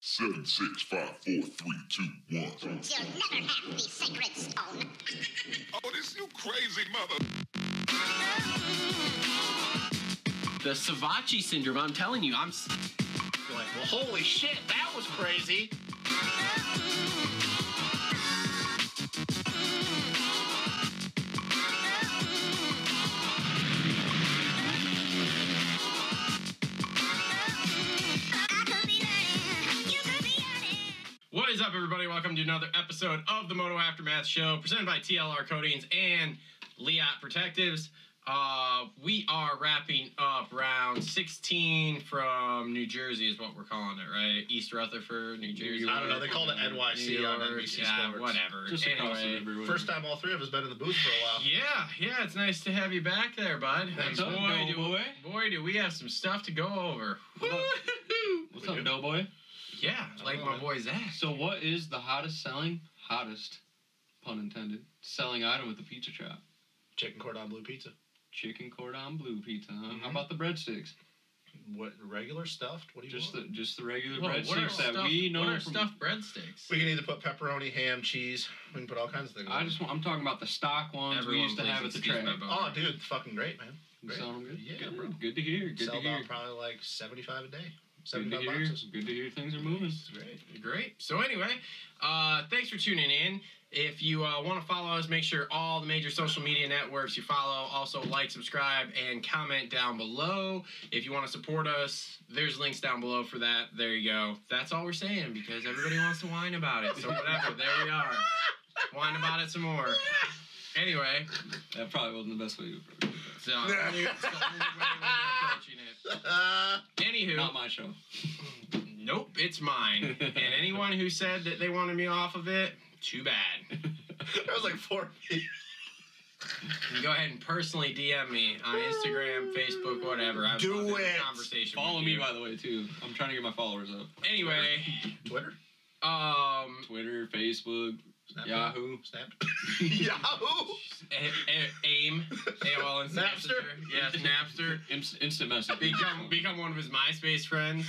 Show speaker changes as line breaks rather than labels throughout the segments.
Seven, six, five, four, three, two, one.
You'll never have the sacred stone.
Oh, this you crazy mother.
The Savachi syndrome, I'm telling you, I'm. s- You're like, well, holy shit, that was crazy.
I could be learning. You could be learning.
What is up, everybody? Welcome to another episode of the Moto Aftermath Show, presented by TLR Coatings and Liat Protectives. Uh, we are wrapping up round 16 from New Jersey, is what we're calling it, right? East Rutherford, New Jersey.
I don't know. They called it
New
NYC on
York,
NBC
yeah,
Sports.
whatever.
Just across the
Anyway,
river. whatever.
First time all three of us been in the booth for a while.
Yeah, yeah, it's nice to have you back there, bud.
Thanks,
And
up,
boy,
Doughboy.
do, boy, do we have some stuff to go over.
What up?
Woo-hoo-hoo.
What's
We
up,
do.
Doughboy?
Yeah, like my boy Zach.
So, what is the hottest selling, hottest, pun intended, selling item at the pizza shop?
Chicken cordon bleu pizza.
Chicken cordon bleu pizza, huh?
Mhm.
How about the breadsticks?
What regular stuffed? What do you
Just
want?
the just the regular
Whoa, what are
breadsticks that
stuffed-
we
what
know
are
from.
stuffed breadsticks?
we can either put pepperoni, ham, cheese. We can put all kinds of things.
I
on
just want, I'm talking about the stock ones we used to
please
have at the
excuse
track.
my
it.
bone.
Oh, dude, it's fucking great, man.
You
Great.
selling 'em good?
Yeah,
good.
bro.
Good to hear. Good
Sell
to hear.
out probably like seventy-five a day.
Good to
Seventy-five
hear.
boxes.
Good to hear. Things are moving.
It's great.
Great. So anyway, uh, thanks for tuning in. If you uh, want to follow us, make sure all the major social media networks you follow. Also, like, subscribe, and comment down below. If you want to support us, there's links down below for that. There you go. That's all we're saying because everybody wants to whine about it. So whatever. there we are. Whine about it some more. Anyway,
That probably wasn't the best way to approach it.
so it's the only way we're approaching it. Anywho,
Not my show.
Nope, it's mine. and anyone who said that they wanted me off of it, too bad.
That was like four.
You can go ahead and personally DM me on Instagram, Facebook, whatever. I would
Do
love to have a
it.
Conversation.
Follow
with
me,
you.
by the way, too. I'm trying to get my followers up.
Anyway,
Twitter.
um,
Twitter, Facebook,
Snapchat,
Yahoo.
Snap. Yahoo.
a- a- aim, AOL and
Napster?
Yes, Napster.
Inst- instant message.
Become become one of his MySpace friends.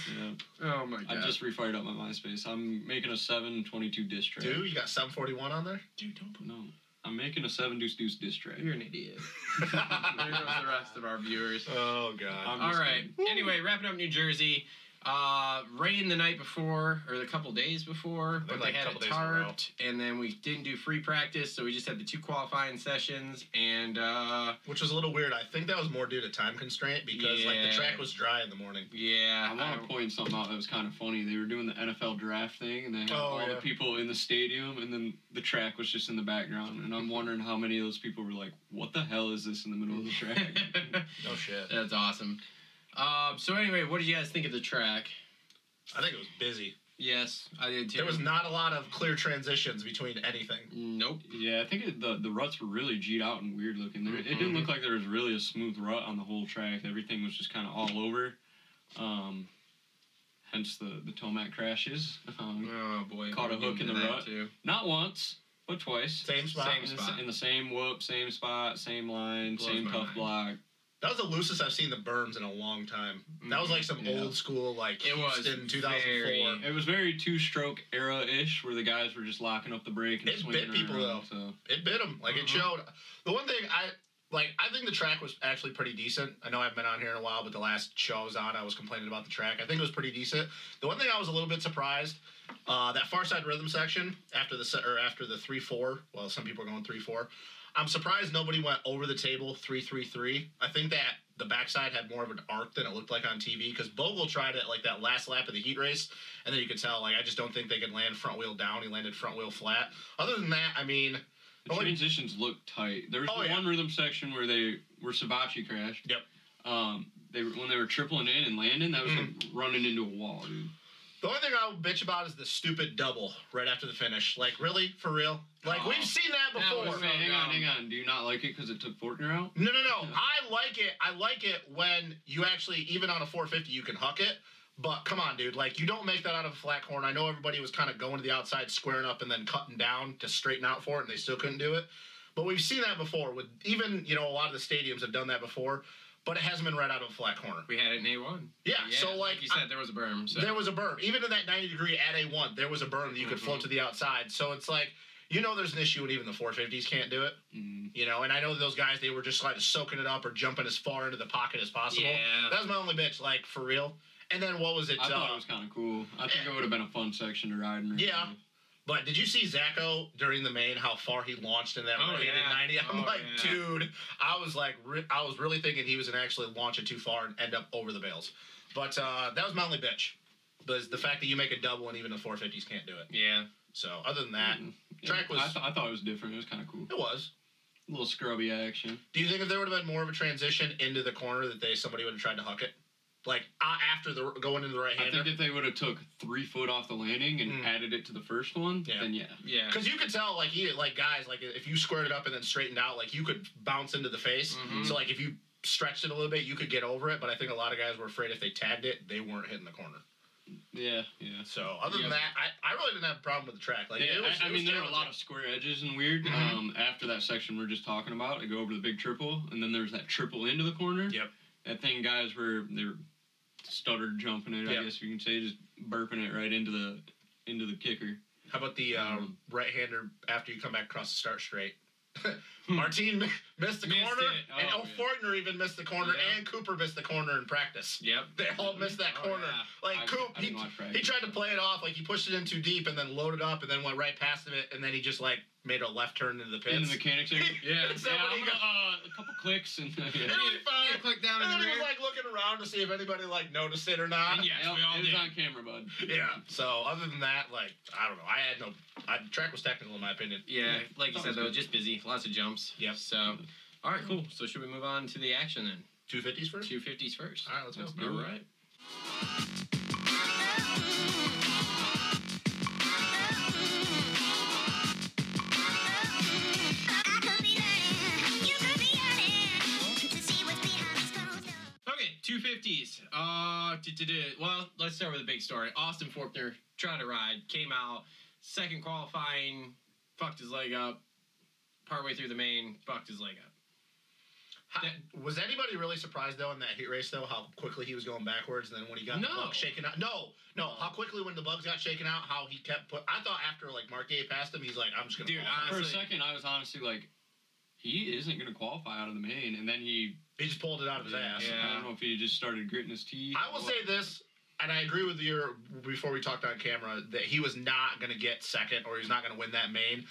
Yeah.
Oh my
I
god.
just refired up my MySpace. I'm making a 722 diss track.
Dude, you got seven forty-one on there.
dude, don't put.
No. I'm making a 7 deuce deuce diss track.
You're an idiot. there goes the rest of our viewers.
Oh god.
I'm
All
just
right.
kidding.
Anyway, wrapping up New Jersey. Uh, rain the night before, or the couple days before, but
like
they had
a
it
couple days in a row.
tarped, and then we didn't do free practice, so we just had the two qualifying sessions, and uh,
Which was a little weird. I think that was more due to time constraint because like
Yeah.
the track was dry in the morning.
yeah,
I want to point something out that was kind of funny. They were doing the NFL draft thing, and they had
Oh,
all
yeah.
the people in the stadium, and then the track was just in the background. And I'm wondering how many of those people were like, "What the hell is this in the middle of the track?"
point.
No shit.
That's awesome. Um, so anyway, what did you guys think of the track?
I think it was busy.
Yes, I did too.
There was not a lot of clear transitions between anything.
nope.
yeah, I think it, the the ruts were really G'd out and weird looking. There, It
Mm-hmm.
didn't look like there was really a smooth rut on the whole track. Everything was just kind of all over. Um, hence the the Tomac crashes. Um,
Oh boy,
Caught a
we'll
hook
get
in
into
the
that,
rut.
too.
Not once, but twice.
Same spot.
Same
in the,
spot.
in the same whoop, same spot, same line,
Blows
same
my
tough
mind.
block.
That was the loosest I've seen the berms in a long time. That was like some
Yeah.
old school, like
Mm-hmm. It was
Houston 2004.
very-
It was very two-stroke era-ish, where the guys were just locking up the brake and
It
swinging
bit people,
around,
though.
So
It bit them. Like it
Mm-hmm.
showed. The one thing I like, I think the track was actually pretty decent. I know I've been on here in a while, but the last show I was on, I was complaining about the track. I think it was pretty decent. The one thing I was a little bit surprised. Uh, that far side rhythm section after the se- or after the three four. Well, some people are going three four. I'm surprised nobody went over the table three three three. I think that the backside had more of an arc than it looked like on TV because Bogle tried it like that last lap of the heat race, and then you could tell like I just don't think they could land front wheel down. He landed front wheel flat. Other than that, I mean,
the
Oh, it-
transitions looked tight. There was
Oh,
the
yeah.
one rhythm section where they were Sabachi crashed.
Yep.
Um, they were, when they were tripling in and landing, that was
Mm.
like running into a wall, dude.
The only thing I'll bitch about is the stupid double right after the finish. Like, really? For real? Like,
Oh.
we've seen that
That
before.
was so
hang
dumb.
on, hang on. Do you not like it because it took Fortner out?
no, no, no. I like it. I like it when you actually, even on a 450, you can huck it. But come on, dude. Like, you don't make that out of a flat corner. I know everybody was kind of going to the outside, squaring up, and then cutting down to straighten out for it, and they still couldn't do it. But we've seen that before. With even, you know, a lot of the stadiums have done that before. but it hasn't been read out of a flat corner.
We had it in A1.
Yeah, so like,
you said, there was a berm. So
there was a berm. Even in that 90 degree at A1, there was a berm that you could float
Mhm.
to the outside. So it's like, you know, there's an issue when even the 450s can't do it.
Mm.
You know, and I know those guys, they were just like soaking it up or jumping as far into the pocket as possible.
Yeah.
That was my only bitch, like, for real. And then what was it?
I thought
uh,
it was kind of cool. I think it would have been a fun section to ride in. or
Yeah.
something.
But did you see Zacho during the main how far he launched in that
Oh,
raid
yeah.
in ninety? I'm
Oh,
like,
yeah.
dude, I was like, re- I was really thinking he was gonna actually launch it too far and end up over the bales. But uh, that was my only bitch, was the fact that you make a double and even the 450s can't do it.
yeah,
So other than that,
Mm.
Track
I,
was-
th- I thought it was different. It was kind of cool.
it was.
A little scrubby action.
Do you think if there would have been more of a transition into the corner that they somebody would have tried to huck it, like uh, after the going into the right
I think
hander?
if they would have took three foot off the landing and
Mm.
added it to the first one,
Yeah.
then yeah.
yeah.
Because you could tell, like, he, like guys, like if you squared it up and then straightened out, like you could bounce into the face.
Mm-hmm.
Mhm.
So like if you stretched it a little bit, you could get over it. But I think a lot of guys were afraid if they tagged it, they weren't hitting the corner.
Yeah, yeah.
So other than
Yeah.
that, I, I really didn't have a problem with the track. Like
Yeah,
it was,
I, I
it was Mm-hmm.
mean, there were a lot of
challenging.
square edges and weird.
Mhm.
Um, after that section we are just talking about, I go over the big triple, and then there's that triple into the corner.
Yep.
That thing, guys were they were stuttered jumping it.
Yep.
I guess you can say just burping it right into the into the kicker.
How about the uh,
Mhm.
right-hander after you come back across the start straight? Martin mi- missed the
Missed
corner,
it.
and
Oh,
El Fortner even missed the corner,
Yeah.
and Cooper missed the corner in practice.
Yep.
They all missed that
Oh,
corner.
yeah.
Like
I-
Coop,
I
he,
didn't watch
he
practice.
tried to play it off, like he pushed it in too deep, and then loaded up, and then went right past it, and then he just like made a left turn into the pits.
In the mechanics area. Yeah.
Is that
yeah,
what
I'm
he
gonna, uh, a couple clicks and yeah.
It'll be fine.
Yeah, click down in
And then
the
he was
rear.
like looking around to see if anybody like noticed it or not.
And yes,
Yeah,
we all
it was
did.
on camera, bud.
Yeah. So other than that, like I don't know. I had no. I, the track was technical in my opinion.
Yeah, like you
That
said
was
though,
good.
just busy, lots of jumps.
Yep.
So, all right, cool. So should we move on to the action then?
Two fifties first.
Two fifties first.
All right, let's go.
Let's
All
do it.
right.
I could be lying, you could be honest. To see what's behind these closed doors.
Okay, two fifties. Uh, duh, duh, duh. well, let's start with a big story. Austin Forkner tried to ride, came out second qualifying, fucked his leg up. Partway through the main, fucked his leg up.
How- was anybody really surprised though in that heat race though how quickly he was going backwards and then when he got the
No.
bug shaken out? No, no. How quickly when the bugs got shaken out, how he kept put. I thought after like Mark Gay passed him, he's like, I'm just gonna.
Dude,
fall back."
For a
Honestly-
second, I was honestly like, he isn't gonna qualify out of the main, and then he.
he just pulled it out of his ass.
Yeah.
I don't know if he just started gritting his teeth.
I will
or-
say this, and I agree with your before we talked on camera that he was not going to get second or he's not going to win that main.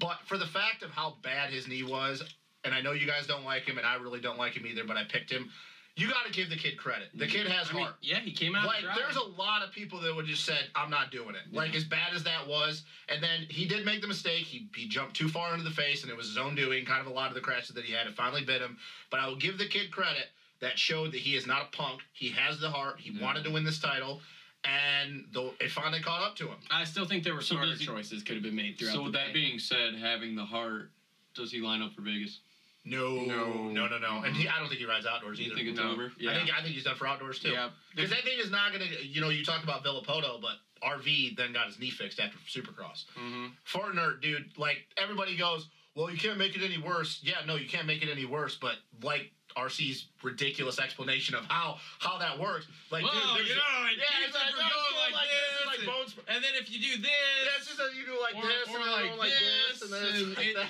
But for the fact of how bad his knee was, and I know you guys don't like him, and I really don't like him either, but I picked him. You got to give the kid credit. The kid has
I mean,
heart.
yeah, he came out.
Like,
dry.
there's a lot of people that would just said, "I'm not doing it." Like,
Yeah.
as bad as that was, and then he did make the mistake. He he jumped too far into the face, and it was his own doing. Kind of a lot of the crashes that he had. It finally bit him. But I will give the kid credit. That showed that he is not a punk. He has the heart. He
Yeah.
wanted to win this title, and the, it finally caught up to him.
I still think there were
So
smarter
does he-
choices could have been made throughout.
So
the
with that
day.
being said, having the heart, does he line up for Vegas?
No,
No.
no, no, no. And he, I don't think he rides outdoors
Do you
either.
think it's
No.
over?
Yeah.
I think I think he's done for outdoors too.
yeah,
Because that thing is not gonna. You know, you talked about Villapoto, but RV then got his knee fixed after Supercross.
hmm
Fortner, dude, like everybody goes, well, you can't make it any worse. Yeah, no, you can't make it any worse. But like RC's ridiculous explanation of how how that works, like,
Well,
dude, there's-
you know, it
yeah,
keeps
it's
it
like,
from
no, it's
going
going
like
like this, and,
this,
like bones.
and then if you do this,
Yeah, it's just that you do like
or,
this,
or
and
like,
like, like this, and then it's like
it-
that.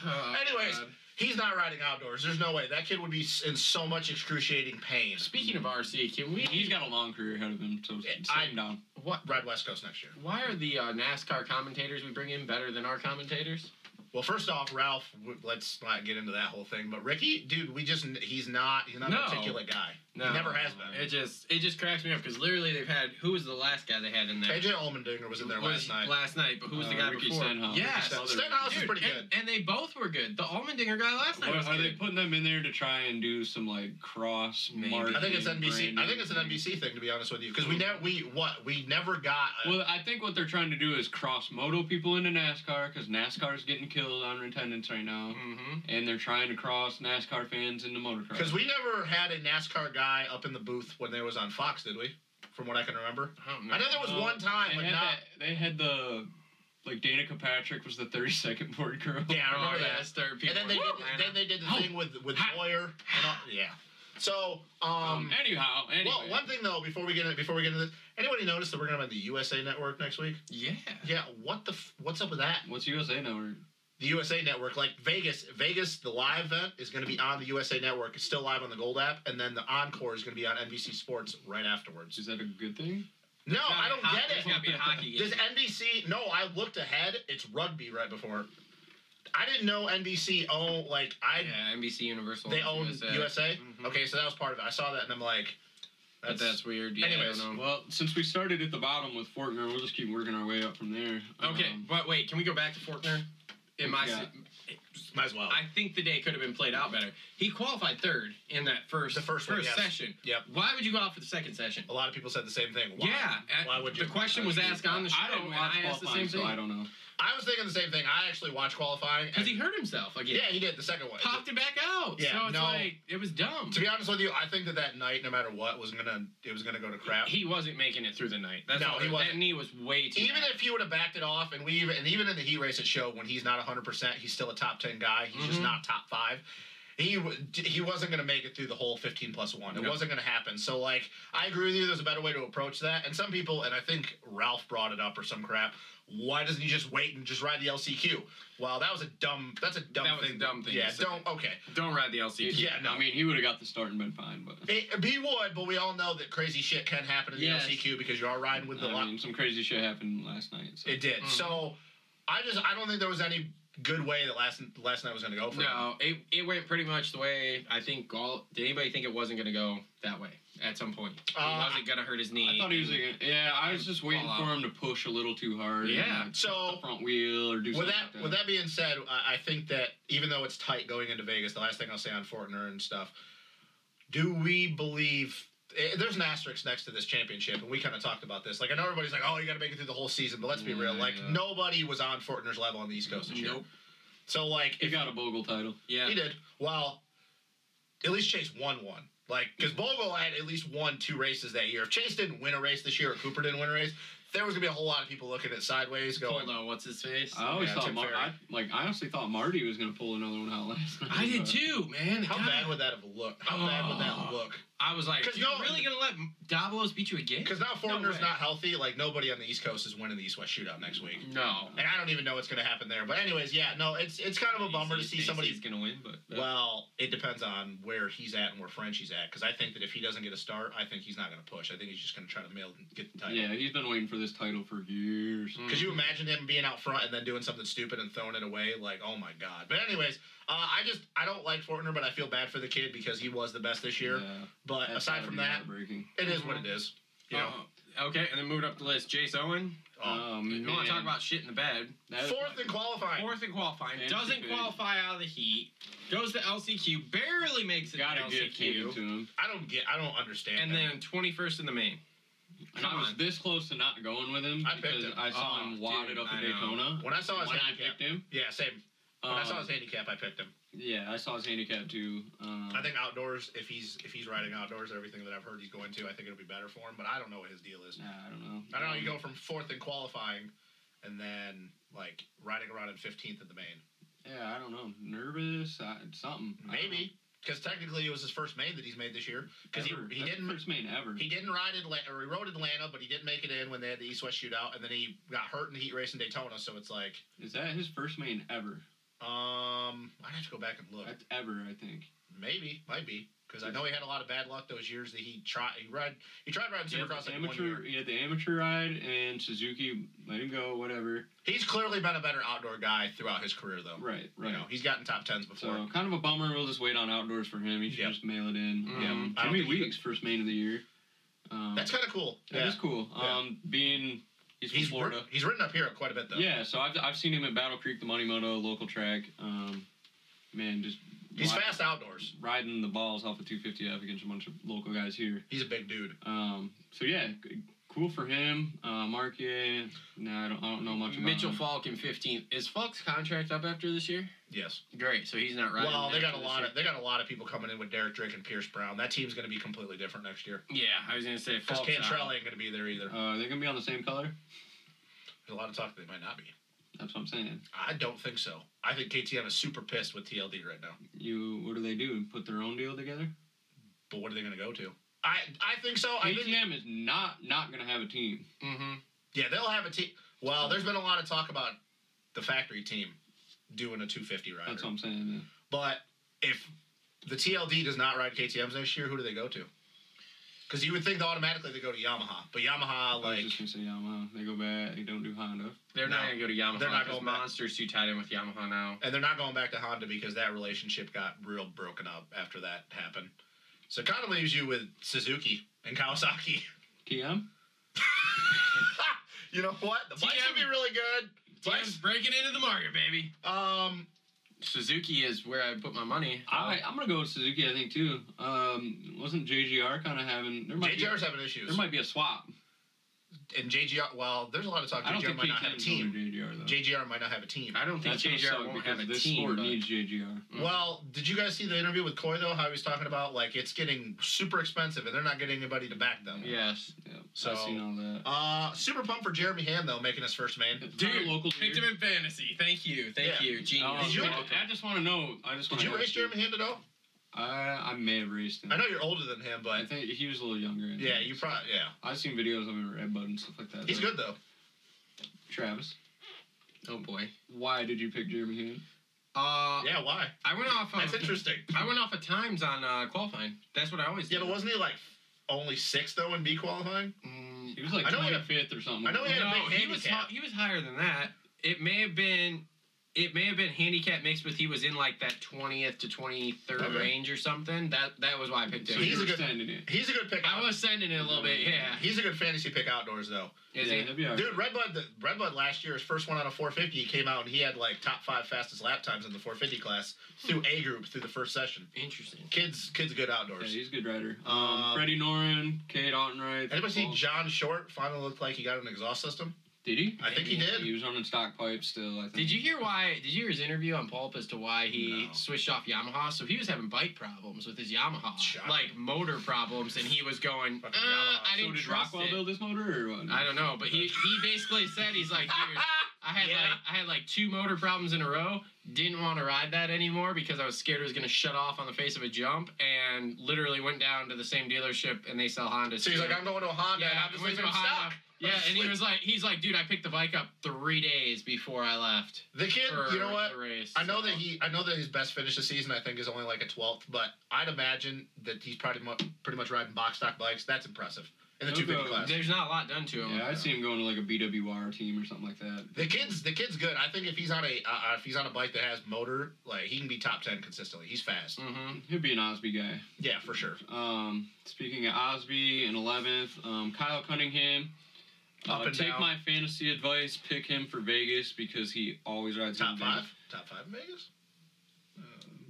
Oh,
Anyways,
God.
he's not riding outdoors. There's no way that kid would be s- in so much excruciating pain.
speaking of RC, can we?
He's got a long career ahead of him, so
I'm-
I'm down.
what?
Ride West Coast next year.
Why are the uh, NASCAR commentators we bring in better than our commentators?
Well, first off, Ralph, w- let's not get into that whole thing. But Ricky, dude, we just—he's not—he's not
No.
an articulate guy. He never has been.
It just it just cracks me up because literally they've had who was the last guy they had in there?
AJ Allmendinger was in there
Was
last night.
Last night, but who was the
Uh,
guy
Ricky
before?
Stenhouse.
Yes.
Ricky Stenhouse.
Stenhouse is
Dude,
pretty
and,
good.
and they both were good. The Almondinger guy last night
What-
was
are they
good.
putting them in there to try and do some like cross
Maybe.
marketing?
I think it's NBC. I think it's an
branding?
NBC thing to be honest with you, because we never we what we never got. A,
Well, I think what they're trying to do is cross modal people into NASCAR because NASCAR is getting killed on attendance right now,
Mm-hmm.
and they're trying to cross NASCAR fans into motocross.
because we never had a NASCAR guy up in the booth when they was on Fox, did we? From what I can remember,
I don't know.
I know there was
No,
one time,
they
but
had
not.
that- they had the like Danica Patrick was the 32nd board girl.
Yeah, I
Oh,
remember
yeah,
that.
that's third people.
And then they
were-
did, then they did the
Oh.
thing with with
Ha.
Boyer. And all, yeah. So,
Um,
um,
anyhow, anyway.
well, one thing though, before we get into, before we get into this, anybody notice that we're gonna have the USA Network next week?
Yeah.
Yeah, what the f- what's up with that?
What's USA Network?
The USA Network, like Vegas, Vegas, the live event is gonna be on the USA Network. It's still live on the Gold app, and then the encore is gonna be on NBC Sports right afterwards.
Is that a good thing?
No,
Gotta
I
be
don't
hockey-
get
It's
it.
gotta be a hockey game.
Does NBC? No, I looked ahead. It's rugby right before. I didn't know NBC owned like I
yeah, NBC Universal.
they own USA.
Mhm.
Okay, so that was part of it. I saw that and I'm like,
But
that's,
that's weird. Yeah,
Anyways,
I don't know.
Well, since we started at the bottom with Fortner, we'll just keep working our way up from there.
Okay,
Um,
but wait, can we go back to Fortner? In my,
Yeah.
might as well.
I think the day could have been played out better. He qualified third in that first
The first one, yes.
session.
Yep.
Why would you go out for the second session?
a lot of people said the same thing. Why?
Yeah,
Why
uh,
would you?
The question was asked on the show.
I don't
and
watch
I asked the
qualifying,
same
so
thing
I don't know.
I was thinking the same thing. I actually watched qualifying. and-
because he hurt himself again.
yeah, he did the second one.
popped it back out.
Yeah,
so it's
no.
like it was dumb.
To be honest with you, I think that that night, no matter what, was gonna it was gonna go to crap.
He wasn't making it through the night. That's
No,
all.
he
That
wasn't.
knee was way too.
even
bad.
if he would have backed it off, and we even and even in the heat race at show when he's not 100, percent he's still a top 10 guy. He's just
Mhm.
not top five. He w- d- he wasn't gonna make it through the whole 15 plus one. It
No.
wasn't gonna happen. So like, I agree with you. There's a better way to approach that. And some people, and I think Ralph brought it up or some crap. Why doesn't he just wait and just ride the LCQ? Well, that was a dumb. That's a dumb
That was a
thing.
dumb thing to
Yeah.
say.
Don't. Okay.
don't ride the LCQ.
Yeah, no.
I mean, he would have got the start and been fine, but
It, he would, but we all know that crazy shit can happen in
Yes.
the LCQ because you are riding with the
I
lot.
mean, some crazy shit happened last night. So.
It did.
Mhm.
So I just I don't think there was any good way that last last night was going to go for. him.
No, it, it went pretty much the way I think. All did anybody think it wasn't going to go that way at some point? He
Uh,
wasn't going to hurt his knee.
I thought he was like, yeah. I was just waiting
Fall
for
out.
him to push a little too hard. and,
Yeah.
like,
So-
the front wheel or do
With
something.
that,
like
with that being said, I I think that even though it's tight going into Vegas, the last thing I'll say on Fortner and stuff, do we believe? eh, There's an asterisk next to this championship, and we kind of talked about this. Like I know everybody's like, "Oh, you got to make it through the whole season," but let's be real. Like
Yeah.
nobody was on Fortner's level on the East Coast this year.
Nope.
So like,
He got a Bogle title.
Yeah.
He did. Well, at least Chase won one. Like,
Mm-hmm.
because Bogle had at least won two races that year. If Chase didn't win a race this year or Cooper didn't win a race, there was going to be a whole lot of people looking at sideways going,
Hold on, what's his face?
I always
Yeah,
thought
Tim
Mar-
Ferry.
I, like I honestly thought Marty was gonna pull another one out last night.
I did
but-
too, man.
how
God.
bad would that have looked? How bad would that
Oh.
look?
I was like,
'Cause
you
no-
really going to let Davos beat you again?
Because now Fortner's
way.
not healthy. Like, nobody on the East Coast is winning the East West shootout next week.
No.
And I don't even know what's going to happen there. But, anyways, yeah, no, it's it's kind of a bummer to see somebody.
going to win, but.
Well, it depends on where he's at and where Frenchie's at. Because I think that if he doesn't get a start, I think he's not going to push. I think he's just going to try to mail get the title.
Yeah, he's been waiting for this title for years.
Because you imagine him being out front and then doing something stupid and throwing it away, like oh my god. But anyways, uh, I just I don't like Fortner, but I feel bad for the kid because he was the best this year.
Yeah,
But
that's
aside
gotta
from
be
that,
heartbreaking.
it is what it
Mm-hmm.
is. You know,
Uh, okay, and then moved up the list. Jace Owen.
Oh.
Um,
You want
man,
to talk about shit in the bed?
that-
fourth in qualifying.
Fourth in qualifying.
Fancy
doesn't
good.
qualify out of the heat. Goes to LCQ. Barely makes it
Gotta
to
give it to
LCQ.
him.
I don't get. I don't understand.
And
that.
then 21st in the main.
And I
Come
was
on.
this close to not going with him
I picked
because
him.
I saw
Oh,
him wadded
dude,
up
I
to
know.
Daytona.
when I saw
When
his
I
handicap,
picked him,
yeah, same. When I saw
um,
his handicap, I picked him.
Yeah, I saw his handicap too. Um,
I think outdoors, if he's if he's riding outdoors, everything that I've heard he's going to, I think it'll be better for him. But I don't know what his deal is.
Nah, I don't know. Um,
I don't know. You go from fourth in qualifying, and then like riding around in fifteenth at the main.
Yeah, I don't know. Nervous, I, something. I don't
Maybe because technically it was his first main that he's made this year.
know.
Because he,
Ever.
he
That's the
didn't
first main ever.
he didn't ride Atlanta or he rode Atlanta, but he didn't make it in when they had the East West Shootout, and then he got hurt in the heat race in Daytona. So it's like,
Is that his first main ever?
um, I'd have to go back and look.
That's ever, I think.
Maybe, might be, because I know he had a lot of bad luck those years that he tried. He ride he tried riding
He had,
Supercross
the
like one year.
amateur, he had the amateur ride and Suzuki let him go, whatever.
He's clearly been a better outdoor guy throughout his career, though.
Right, right.
You know, he's gotten top tens before.
so kind of a bummer. We'll just wait on outdoors for him. He should
Yep.
just mail it in.
Mhm.
Um,
Mm-hmm. I don't
Jimmy
think he-
Weeks first main of the year. Um,
That's kind of cool.
that is cool.
Yeah.
Um, being he's from
he's
Florida.
ri- he's ridden up here quite a bit though.
Yeah, so I've, I've seen him at Battle Creek, the Money Moto, local track. Um, man, just
he's
ri-
fast outdoors.
riding the balls off of 250F against a bunch of local guys here.
He's a big dude.
Um, so yeah, g- cool for him. Uh, Marquier, no, I don't, I don't know much about
Mitchell
him.
Falk in 15th. Is Falk's contract up after this year?
Yes.
Great, so he's not riding.
well, they got
after
a
this
lot
year.
of they got a lot of people coming in with Derek Drake and Pierce Brown. That team's going to be completely different next year
Yeah, I was gonna say
because
Falk's
Cantrell
out.
ain't going to be there either.
Uh, are they gonna be on the same color?
There's a lot of talk that they might not be.
That's what I'm saying.
I don't think so. I think KTM is super pissed with TLD right now.
You, what do they do? Put their own deal together?
But what are they going to go to? I I think so. I think,
KTM is not not gonna have a team.
Mm-hmm.
yeah, they'll have a team. Well, there's been a lot of talk about the factory team doing a 250 rider.
That's what I'm saying.
But if the TLD does not ride KTM's next year, who do they go to? Because you would think automatically they go to Yamaha, but Yamaha
I was
like
just gonna say Yamaha. They go back. They don't do Honda.
They're not
No.
going to go to Yamaha.
They're not
'cause
going back.
Monster's too tied in with Yamaha now.
and they're not going back to Honda because that relationship got real broken up after that happened. So it kind of leaves you with Suzuki and Kawasaki.
TM.
you know what? The bikes
TM.
would be really good.
Let's
Bikes,
break it into the market, baby.
um,
Suzuki is where I put my money.
I I'm gonna go with Suzuki. I think too. Um, wasn't JGR kind of having there might
JGR's
be,
having issues,
there might be a swap.
and JGR. Well, there's a lot of talk.
I don't
JGR
think
might not have a
KTM's going to
team.
JGR though.
JGR might not have a team.
I don't think
That's gonna
JGR
suck
won't
because
have a
this
team.
sport
but-
needs JGR.
Mm.
Well, did you guys see the interview with Coy though? How he was talking about like it's getting super expensive and they're not getting anybody to back them.
yes.
Yeah,
So-
I've seen all that.
Uh, super pumped for Jeremy Hand though making his first main.
It's not a local
picked
dude.
him in fantasy. Thank you. Thank
Yeah.
you. Genius.
Um,
Did you-
I I just want to know. I just want
Did
to.
you race Jeremy Hand at all?
I I may have raced him.
I know you're older than him,
I
but
think he was a little younger. I
yeah,
think.
you probably yeah.
I've seen videos of him at Red Bud and stuff like that.
He's
though.
good though.
Travis,
oh boy.
why did you pick Jeremy Hand?
Uh,
Yeah, why?
I went off.
That's
Of,
interesting.
I went off of times on uh, qualifying. That's what I always.
Yeah,
do.
but wasn't he like only sixth though in B qualifying?
Mm,
He was like
I know he had-
25th or something.
I know he had- a
no,
big
he was
handicap.
hi- he was higher than that. It may have been. It may have been handicap mixed with he was in like that twentieth to twenty third
Okay.
range or something. That that was why I picked
So
him.
He's
he's
a good-
extending it.
He's a good pick.
I
Out.
was sending it a little bit. Yeah.
He's a good fantasy pick outdoors though.
Is
yeah,
he?
he'll be all right.
Dude, Red Bud, the, Red Bud last year, his first one on a 450, he came out and he had like top five fastest lap times in the 450 class through A group through the first session.
Interesting.
Kids, kids, good
Yeah,
outdoors.
he's a good rider. Um,
Um,
Freddie Norin, Kate Ottenright.
Anybody see
Paul-
John Short finally looked like he got an exhaust system?
Did he?
I think he did.
He was running stock pipe still. I think.
Did you hear why? Did you hear his interview on Pulp as to why he
No.
switched off Yamaha? So he was having bike problems with his Yamaha,
Shocking.
like motor problems, and he was going, uh,
Fucking Yamaha.
"I
So
didn't
did
trust
Rockwell
it."
build this motor or what?
I don't know, but he he basically said he's like, dude, I had
Yeah.
like I had like two motor problems in a row. Didn't want to ride that anymore because I was scared it was gonna shut off on the face of a jump, and literally went down to the same dealership and they sell Hondas.
So he's
too.
like, I'm going to a Honda and
Yeah,
I'm just
went
leaving
to
him
Honda.
stock.
Yeah,
Just
and he
leave-
was like, he's like, dude, I picked the bike up three days before I left.
the kid.
For
You know what?
The race,
I know
so.
that he, I know that his best finish this season, I think, is only like a 12th, but I'd imagine that he's probably mu- pretty much riding box stock bikes. That's impressive in the
He'll
250
go-
class.
There's not a lot done to him.
Yeah, I see him going to like a BWR team or something like that.
The kid's the kid's good. I think if he's on a uh, uh, if he's on a bike that has motor, like he can be top ten consistently. He's fast.
Mm-hmm.
He'll be an Osby guy.
Yeah, for sure.
Um, speaking of Osby and 11th, um, Kyle Cunningham.
Up
uh,
and
take
down.
my fantasy advice. Pick him for Vegas because he always rides in
Top five,
Vegas.
top five in Vegas. Uh,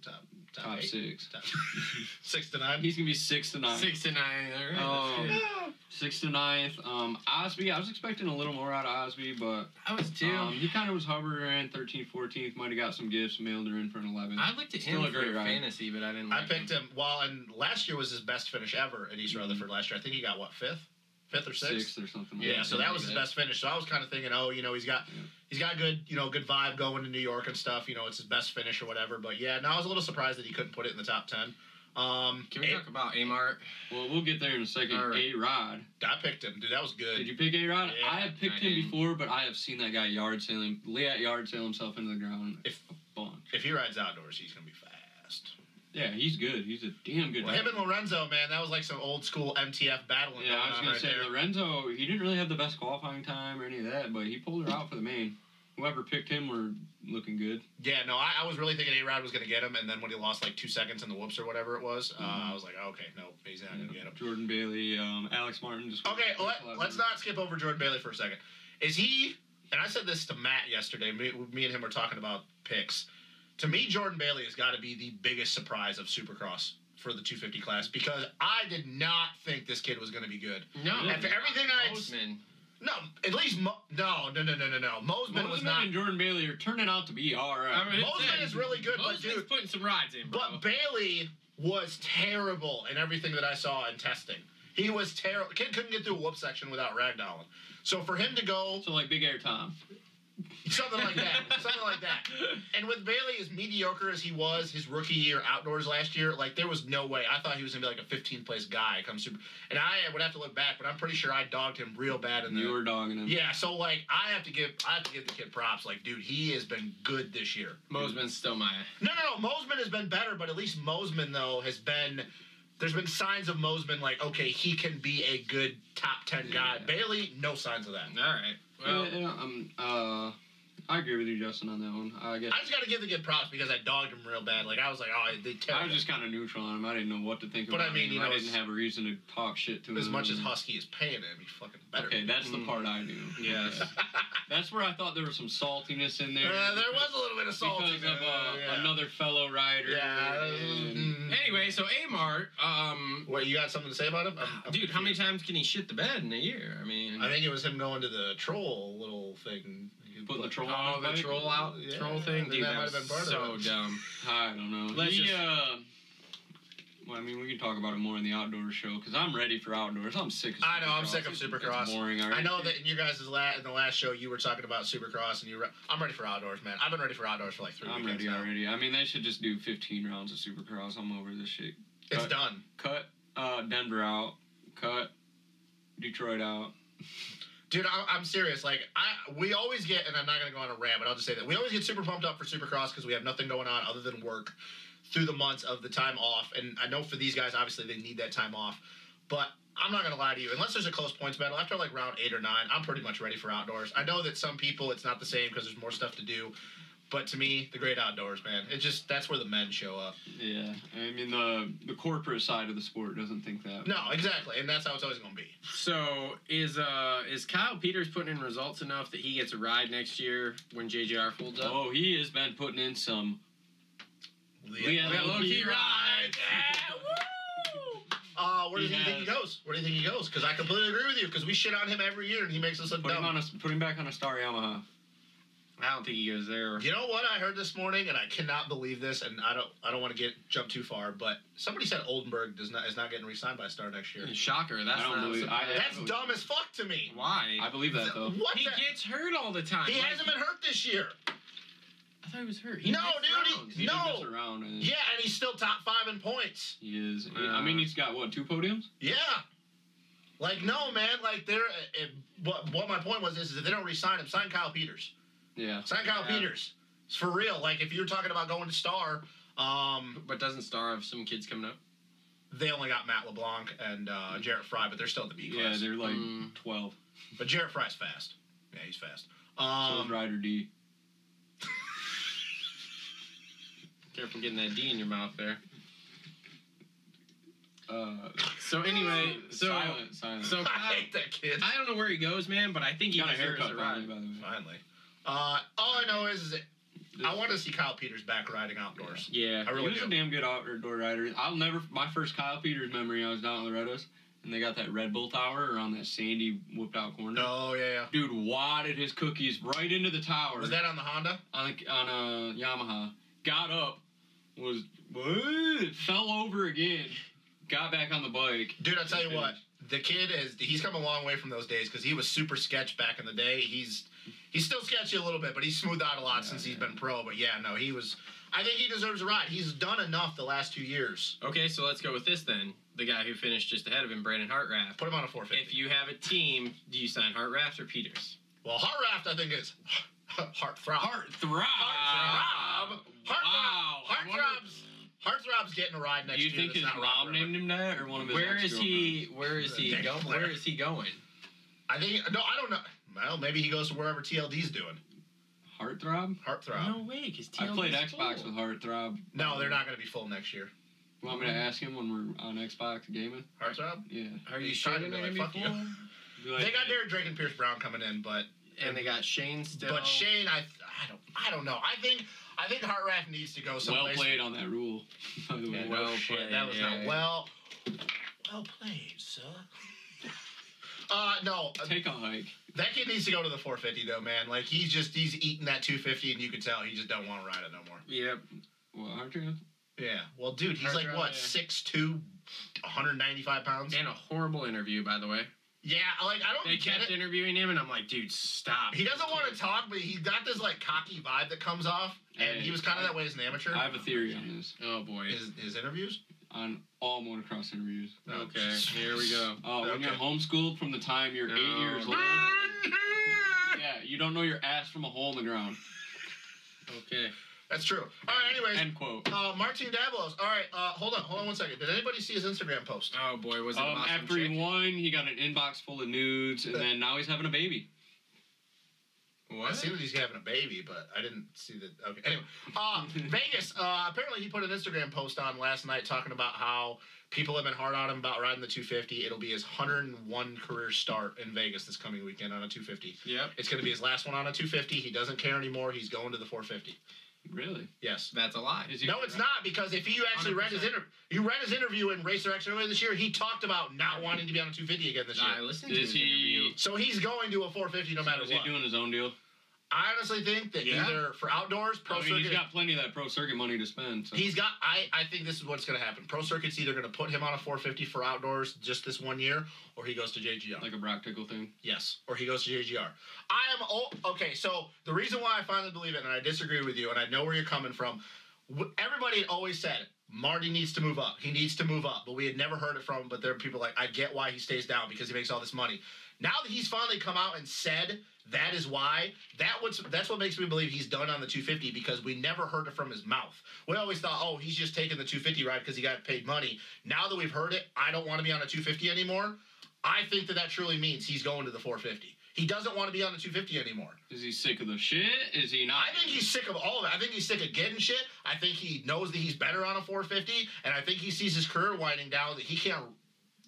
top top,
top
eight?
six.
Top, six to nine.
He's gonna be six to nine.
Six to nine. all right,
Um,
that's good.
Six to ninth. Um, Osby, I was expecting a little more out of Osby, but
I was two.
um, he kind of was hovering around 13th, 14th. Might have got some gifts mailed her in for an 11th.
I looked at
Still
him
a great
for
ride.
fantasy, but I didn't.
I
Like
picked
him.
him. Well, and last year was his best finish ever at East Rutherford. Last year, I think he got what fifth, fifth or sixth.
Mm-hmm. Sixth or something.
Yeah,
like
so
that.
that was his best finish. So I was kind of thinking, oh, you know, he's got
Yeah.
he's got good, you know, good vibe going to New York and stuff. You know, it's his best finish or whatever. But yeah, no, I was a little surprised that he couldn't put it in the top ten. Um,
Can we
A-
talk about Amart?
Well, we'll get there in a second.
All right.
A Rod.
I picked him, dude. That was good.
Did you pick A Rod?
Yeah,
I have picked
I
him
didn't.
before, but I have seen that guy yard sail him, lay out yard sail himself into the ground
If-
a bunch.
If he rides outdoors, he's gonna be fast.
Yeah, he's good. He's a damn good.
Well, him
rider.
and Lorenzo, man, that was like some old school MTF battling
yeah,
going
I was
on
gonna
right
say
there.
Lorenzo. He didn't really have the best qualifying time or any of that, but he pulled her out for the main. Whoever picked him were looking good.
yeah, no, I, I was really thinking A Rod was gonna get him, and then when he lost like two seconds in the whoops or whatever it was, uh,
Mhm.
I was like, okay, no, he's not gonna get him.
Jordan Bailey, um, Alex Martin. Just
Okay, let, let's not skip over Jordan Bailey for a second. Is he? And I said this to Matt yesterday. Me, me and him were talking about picks. To me, Jordan Bailey has got to be the biggest surprise of Supercross for the 250 class because I did not think this kid was going to be good.
No.
After
everything I-
Bozeman.
No, at least Mo- no, no, no, no, no, no. Mosman was
Bozeman
not.
and Jordan Bailey are turning out to be all right.
I mean, it's-
Bozeman is really good, but
Bozeman's
dude-
putting some rides in, bro.
But Bailey was terrible in everything that I saw in testing. He was terrible. Kid couldn't get through a whoop section without ragdolling. So for him to go
so like Big Air Tom.
something like that, something like that. And with Bailey, as mediocre as he was his rookie year outdoors last year, like there was no way. I thought he was gonna be like a 15th place guy come super. And I would have to look back, but I'm pretty sure I dogged him real bad in
And
the.
you were dogging him.
yeah, so like I have to give I have to give the kid props. Like, dude, he has been good this year.
Mosman's still my.
No, no, no. Mosman has been better, but at least Mosman though has been. There's been signs of Mosman like okay, he can be a good top ten guy.
Yeah.
Bailey, no signs of that.
All right. Well,
yeah, yeah, um, uh, I agree with you, Justin, on that one. I guess
I just got to give the kid props because I dogged him real bad. Like I was like, oh, they
I
terrible.
was just kind of neutral on him. I didn't know what to think
But
about
I mean,
him.
you
I
know,
didn't
it's-
have a reason to talk shit to him.
as much as Husky is paying him, he fucking better.
Hmm. Okay, that's the
Mm.
part I knew.
Yes.
Okay. That's where I thought there was some saltiness in there.
Uh, there was a little bit of salt.
because
in there,
of uh,
yeah.
another fellow rider.
Yeah.
and-
mm.
anyway, so Amart, um,
Wait, you got something to say about him? I'm- I'm
dude, how many
confused.
times can he shit the bed in a year? I mean,
I think it was him going to the troll little thing.
Put the troll on
oh,
his
the
bike?
troll out,
Yeah,
troll
I
thing,
think
dude,
that
that,
might
was
have been part
so
of it.
dumb.
I don't know.
Let's
he,
just-
uh, well, I mean, we can talk about it more in the outdoor show because I'm ready for outdoors. I'm sick. Of
I know, I'm
Supercross.
sick of
It's-
Supercross.
It's boring. Already.
I know that in your guys' la- in the last show you were talking about Supercross and you. Re- I'm ready for outdoors, man. I've been ready for outdoors for like 3
I'm
weekends
ready
now.
already. I mean, they should just do 15 rounds of Supercross. I'm over this shit.
It's
Uh,
done.
Cut uh, Denver out. Cut Detroit out.
Dude, I, I'm serious. Like, I we always get, and I'm not gonna go on a rant, but I'll just say that we always get super pumped up for Supercross because we have nothing going on other than work through the months of the time off. And I know for these guys, obviously they need that time off. But I'm not gonna lie to you, unless there's a close points battle after like round eight or nine, I'm pretty much ready for outdoors. I know that some people it's not the same because there's more stuff to do. But to me, the great outdoors, man. It just that's where the men show up.
Yeah. I mean, the the corporate side of the sport doesn't think that.
No, exactly, and that's how it's always gonna be.
So is uh is Kyle Peters putting in results enough that he gets a ride next year when JJR folds up?
Oh, he has been putting in some.
Yeah.
Leon Loki rides.
Uh, where
He
do you think he
has-
goes? Where do you think he goes? Because I completely agree with you. Because we shit on him every year, and he makes us look
Put him on
dumb.
a put him back on a star Yamaha.
I don't think he goes there.
You know what I heard this morning, and I cannot believe this. And I don't, I don't want to get jump too far, but somebody said Oldenburg does not is not getting re-signed by Star next year.
Shocker. That's
I don't
not
believe- I-
surprising.
That's dumb as fuck to me.
why.
I believe that though.
What
he
the?
gets hurt all the time.
He
Like,
hasn't been hurt this year.
I thought he was hurt.
No,
missed
dude, he-
rounds.
He
No.
did mess around. And
Yeah, and he's still top five in points.
He is. I mean, he's got what two podiums?
Yeah. Like no man, like they're. It, what what my point was is, is if they don't re-sign him, sign Kyle Peters.
Yeah.
Sign Kyle
Yeah.
Peters. It's for real. Like if you're talking about going to Star, um,
But doesn't Star have some kids coming up?
they only got Matt LeBlanc and uh, Jarrett Fry, but they're still in the B
Yeah,
class.
they're like
Mm.
twelve.
but Jarrett Fry's fast. Yeah, he's fast.
So
Um,
is Ryder D.
Careful getting that D in your mouth there.
Uh,
So anyway, so
silent, silent.
so
I
Kyle,
hate that kid.
I don't know where he goes, man, but I think he
got a
deserves
haircut,
a
Riley, by
ride.
the way.
Finally. Uh, all I know is, is I
This-
want to see Kyle Peters back riding outdoors.
Yeah.
I really
he was
do.
a damn good outdoor rider. I'll never. My first Kyle Peters memory. I was down at Loretta's, and they got that Red Bull Tower around that sandy whipped out corner.
No, Oh, yeah, yeah.
Dude wadded his cookies right into the tower
Was that on the Honda?
on a, on a Yamaha. Got up, was "Whoa," fell over again, got back on the bike.
Dude, I tell you what, the kid is he's come a long way from those days because he was super sketch back in the day. He's he's still sketchy a little bit, but he's smoothed out a lot
Yeah,
since he's
yeah.
been pro. But yeah, no, he was. I think he deserves a ride. He's done enough the last two years.
Okay, so let's go with this then. The guy who finished just ahead of him, Brandon Hartraft.
Put him on a 450.
If you have a team, do you sign Hartraft or Peters?
well, Heart Raft, I think is Heart Throb.
Heart throb.
Heart Throb. Heart
Wow. I
Heart
wonder-
Throb's Heart Throb's getting a ride next
Do you
year.
think
that's
his
not Rock
mom
River.
named him that, or one of his?
Where is he? Where is he
Dick
going?
Flair.
Where is he going?
I think no, I don't know. Well, maybe he goes to wherever TLD's doing.
Heartthrob.
Heart Throb.
No way, because
I played Xbox
full.
with Heartthrob.
No, they're not going to be full next year.
You want me to ask him when we're on Xbox gaming?
Heart Throb.
Yeah.
Are you
He's
sure
trying to
they're
be
gonna be
like, "Fuck you."
full?
Be like,
They got
"Hey,
Derek Drake and Pierce Brown coming in, but
And they got Shane still.
But Shane, I I don't I don't know. I think I think Hartraff needs to go
Well
someplace.
played on that rule. By the way.
Yeah,
Well
Well
shit,
played,
That was
yeah.
not well. Well played, sir. Uh no, uh,
Take a hike.
that kid needs to go to the 450 though, man. Like he's just he's eating that 250, and you can tell he just don't want to ride it no more.
Yep.
What Heartthrob?
Yeah. Well, dude, he's like
Hartraff,
what
yeah.
six two, 195 pounds.
And a horrible interview, by the way.
Yeah, like I don't
They
get
kept
it.
interviewing him, and I'm like, dude, stop.
He doesn't want to talk, but he got this like cocky vibe that comes off, and
Hey,
he was kind
I-
of that way as an amateur.
I have a theory on this.
Oh boy.
his, his interviews.
On all motocross interviews.
Okay, here we go.
Oh, when you're
Okay.
homeschooled from the time you're eight
No.
years old. Yeah, you don't know your ass from a hole in the ground.
Okay.
That's true. All right. Anyways,
End quote.
uh, Martin Davlos. All right. Uh, hold on. Hold on one second. Did anybody see his Instagram post?
Oh boy, was it
Um,
Boston
after
chick?
he won, he got an inbox full of nudes, and then now he's having a baby.
I
What?
see that he's having a baby, but I didn't see that. Okay. Anyway, uh, Vegas. Uh, apparently, he put an Instagram post on last night talking about how people have been hard on him about riding the 250. It'll be his 101 career start in Vegas this coming weekend on a 250.
Yep.
It's going to be his last one on a 250. He doesn't care anymore. He's going to the 450.
Really?
Yes.
That's a lie.
Is he
No, it's not because if you actually read his
100%.
interview, you read his interview in Racer X earlier this year. He talked about not wanting to be on a 250 again this
I
year.
listened to
Is
his interview.
he?
So he's going to a 450 no matter
Is he
what.
doing his own deal?
I honestly think that
Yeah.
either for outdoors, pro
I mean,
circuit,
he's got plenty of that pro circuit money to spend. So.
He's got. I, I think this is what's going to happen. Pro Circuit's either going to put him on a 450 for outdoors just this one year, or he goes to JGR.
like a Brock Tickle thing.
yes, or he goes to JGR. I am. Oh, okay. So the reason why I finally believe it, and I disagree with you, and I know where you're coming from. wh- Everybody had always said Marty needs to move up. He needs to move up, but we had never heard it from. him, But there are people like I get why he stays down because he makes all this money. Now that he's finally come out and said that is why, that what's that's what makes me believe he's done on the 250 because we never heard it from his mouth. We always thought, oh, he's just taking the 250 ride because he got paid money. Now that we've heard it, I don't want to be on a 250 anymore. I think that that truly means he's going to the 450. He doesn't want to be on the 250 anymore.
Is he sick of the shit? Is he not?
I think he's sick of all of it. I think he's sick of getting shit. I think he knows that he's better on a 450, and I think he sees his career winding down. That he can't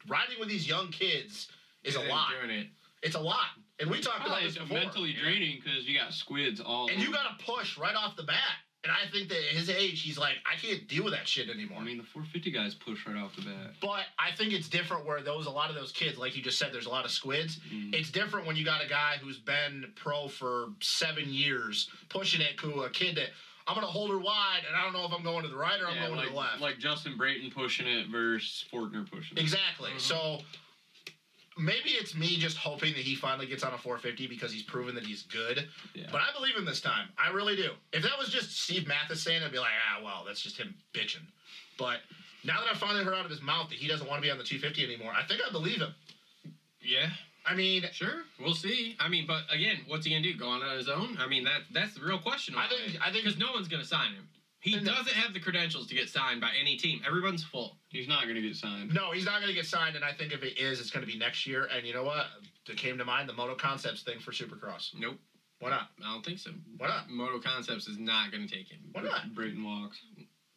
riding with these young kids is a
Isn't
lot.
Doing it.
It's a lot, and we talked
Probably
about this
it's
before.
mentally draining because you got squids all.
and you
over.
got to push right off the bat. And I think that at his age, he's like, I can't deal with that shit anymore.
I mean, the 450 guys push right off the bat.
But I think it's different where those a lot of those kids, like you just said, there's a lot of squids.
Mm.
It's different when you got a guy who's been pro for seven years pushing it to a kid that I'm gonna hold her wide and I don't know if I'm going to the right or I'm
Yeah,
going
like,
to the left.
like Justin Brayton pushing it versus Fortner pushing it.
exactly.
Mhm.
So maybe it's me just hoping that he finally gets on a 450 because he's proven that he's good.
Yeah.
But I believe him this time. I really do. If that was just Steve Mathis saying, it, I'd be like, ah, well, that's just him bitching. But now that I finally heard out of his mouth that he doesn't want to be on the 250 anymore, I think I believe him.
Yeah.
I mean,
Sure. We'll see. I mean, but again, what's he gonna do? Go on on his own? I mean, that that's the real question.
I think- I think-
because no one's gonna sign him. He
No.
doesn't have the credentials to get signed by any team. Everyone's full.
He's not gonna get signed.
no, he's not going to get signed, and I think if it is, it's going to be next year. And you know what? That came to mind the Moto Concepts thing for Supercross.
Nope.
Why not?
I don't think so.
Why not?
Moto Concepts is not gonna take him.
Why not?
Brayton walks.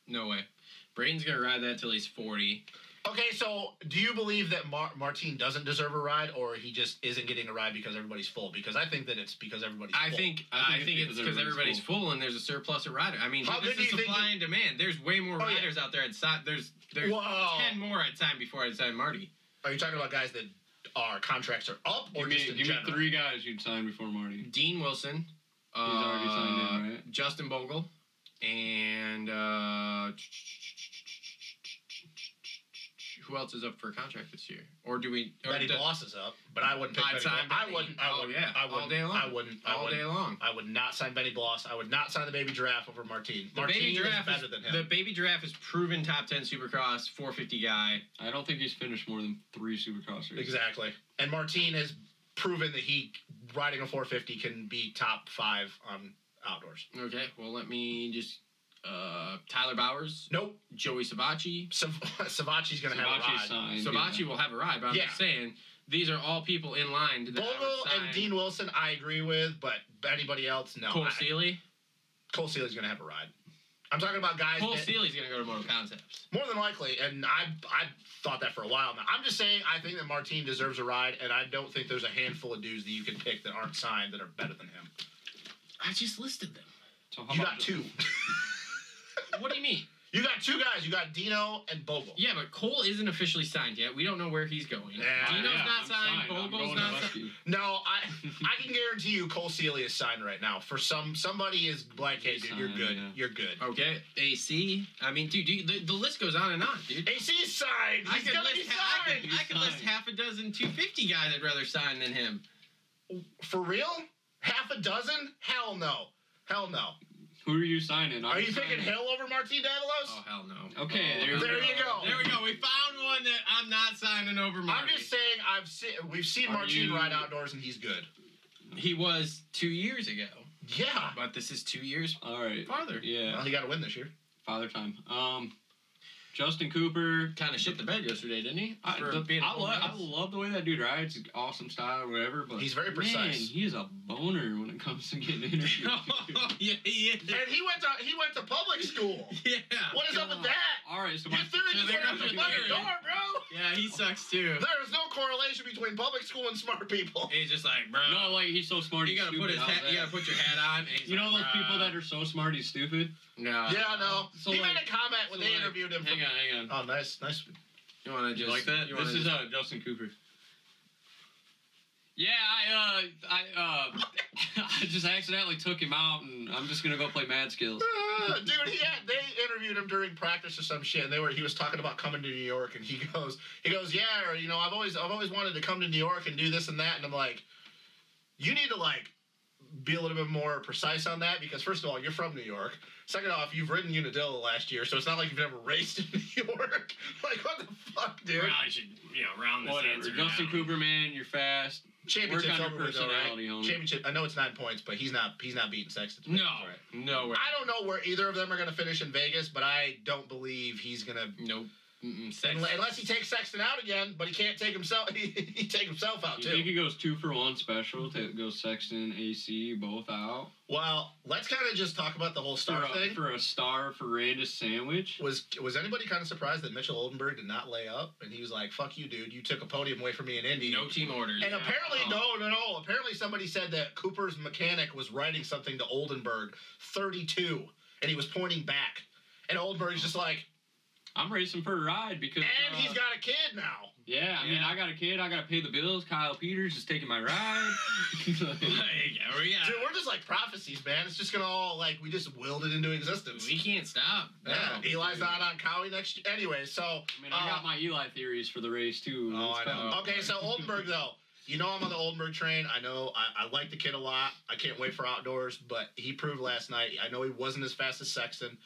No way. Brayton's gonna ride that till he's forty.
Okay, so do you believe that Mar- Martin doesn't deserve a ride, or he just isn't getting a ride because everybody's full? Because I think that it's because everybody's.
I
full.
think
I
I
think
think
it's
it's
because
because
everybody's
everybody's full and there's a surplus of rider. I mean,
How
this
good do
is
you think
supply and demand. There's way more
Oh, yeah.
riders out there at si- There's there's
Whoa.
ten more at time before I sign Marty.
Are you talking about guys that are contracts are up, or
Give me,
just in
give me
general?
three guys you'd sign before Marty.
Dean Wilson,
already signed in,
uh,
right?
Justin Bogle, and uh, who else is up for a contract this year? Or do we? Or
Betty
do-
Boss is up, but I wouldn't pick
I'd
Betty
sign
Boss. I
Benny.
wouldn't. I
Oh,
wouldn't.
yeah.
I
All
wouldn't.
day long.
I wouldn't. I
all
wouldn't.
day long.
I would not sign Benny Bloss. I would not sign the baby giraffe over Martin.
The
Martin
baby
is
giraffe
better
is,
than him.
the baby giraffe is proven top ten Supercross 450 guy.
I don't think he's finished more than three Supercross races.
Exactly. And Martin has proven that he riding a 450 can be top five on outdoors.
Okay, well let me just uh, Tyler Bowers,
Nope.
Joey Sabachi.
Sav- Savachi's gonna have a
Sabachi's
ride.
signed.
Sabachi will have a ride, but I'm
Yeah.
just saying these are all people in line. That I would
Bogle
sign.
and Dean Wilson, I agree with, but anybody else, no.
Cole
I-
Seeley.
Cole Seely's gonna have a ride. I'm talking about guys.
Cole
that-
Seeley's gonna go to Moto Concepts.
More than likely, and I I thought that for a while now. I'm just saying I think that Martin deserves a ride, and I don't think there's a handful of dudes that you can pick that aren't signed that are better than him.
I just listed them.
So how
you
about
got two.
What do you mean?
You got two guys. You got Dino and Bogle.
Yeah, but Cole isn't officially signed yet. We don't know where he's going.
Yeah,
Dino's
Yeah,
not
I'm
signed.
I'm
Bogle's
going to
not signed.
Husky.
No, I I can guarantee you Cole Sealy is signed right now. For some somebody is like, hey,
He's
dude, you're
signed,
good.
yeah.
You're good.
Okay, AC. I mean, dude, you, the, the list goes on and on, dude.
AC is signed.
I
He's
could,
gonna be
list, ha- I, could,
signed.
I could list half a dozen 250 guys I'd rather sign than him.
For real? Half a dozen? Hell no. Hell no.
Who are you signing?
Are
I'm
you picking
signing-
Hill over Martin
Oh,
Davalos?
hell no.
Okay,
Oh,
there,
There
we go.
you go.
There we go. We found one that I'm not signing over
I'm
Marty.
just saying I've seen we've seen
Are
Martin
you-
ride outdoors and he's good.
He was two years ago,
Yeah.
but this is two years
All right.
farther.
Yeah,
Well, he got to win this year.
father time. Um, Justin Cooper.
Kind of shit the bed yesterday, didn't he?
I,
For
the-
being a
I, lo- I
homerun.
love the way that dude rides. Awesome style, or whatever. But
He's very
man,
precise.
he's a boner when it comes to getting interviewed.
yeah, he is.
And he went to he went to public school.
Yeah.
What is up with that?
All right, so
Your
my
theory
So
just
they're
went out the
not theory.
fucking door, bro.
Yeah, he sucks too.
There is no correlation between public school and smart people.
He's just like, bro.
no, like he's so smart.
you
he's
gotta put
stupid.
his
How's
hat. You gotta
that?
put your hat on. and he's
You know
like,
those people that are so smart he's stupid.
No.
Yeah, no.
So,
he
like-
made a comment when
So,
they
like,
interviewed him.
Hang
From,
on, hang on.
oh, nice, nice.
You wanna
You
just
like that?
You
This
wanna
is
just-
uh, Justin Cooper. Yeah, I uh, I uh, I just accidentally took him out, and I'm just gonna go play Mad Skills.
Ah, dude, he had, they interviewed him during practice or some shit, and they were he was talking about coming to New York, and he goes, he goes, yeah, or, you know, I've always I've always wanted to come to New York and do this and that, and I'm like, you need to like be a little bit more precise on that because first of all, you're from New York. Second off, you've ridden Unadilla last year, so it's not like you've never raced in New York. like what the fuck, dude?
Probably should, you know, round this
Whatever.
answer
Justin
down.
Cooper, man, you're fast.
Championship's
Work on your
over with, though, right?
personality, homie.
Championship. I know it's nine points, but he's not he's not beating Sexton.
No,
Right.
no way.
I don't know where either of them are going to finish in Vegas, but I don't believe he's going to.
Nope. Mm-mm. Sex.
Unless he takes Sexton out again, but he can't take himself. He, he take himself out
You think
too.
he goes two for one special? Ta- goes Sexton, AC, both out.
Well, let's kind of just talk about the whole
For
star
a,
thing.
for a star for Randis sandwich.
Was was anybody kind of surprised that Mitchell Oldenburg did not lay up? And he was like, "Fuck you, dude! You took a podium away from me in Indy."
No team orders.
And
Yeah.
apparently,
Oh.
no, no, no. Apparently, somebody said that Cooper's mechanic was writing something to Oldenburg, 32, and he was pointing back. And Oldenburg's just like,
I'm racing for a ride because.
and
uh,
he's got a kid now.
Yeah, I mean,
Yeah.
I got a kid. I got to pay the bills. Kyle Peters is taking my ride.
Like, yeah, we got.
Dude, we're just like prophecies, man. It's just gonna all like we just willed it into existence.
we can't stop.
yeah,
No.
Eli's not on Cowie next year. Anyway, so
I mean, I
Uh,
got my Eli theories for the race too.
oh, I
It's
know.
kinda-
Okay, so Oldenburg though, you know I'm on the Oldenburg train. I know I, I like the kid a lot. I can't wait for outdoors, but he proved last night. I know he wasn't as fast as Sexton,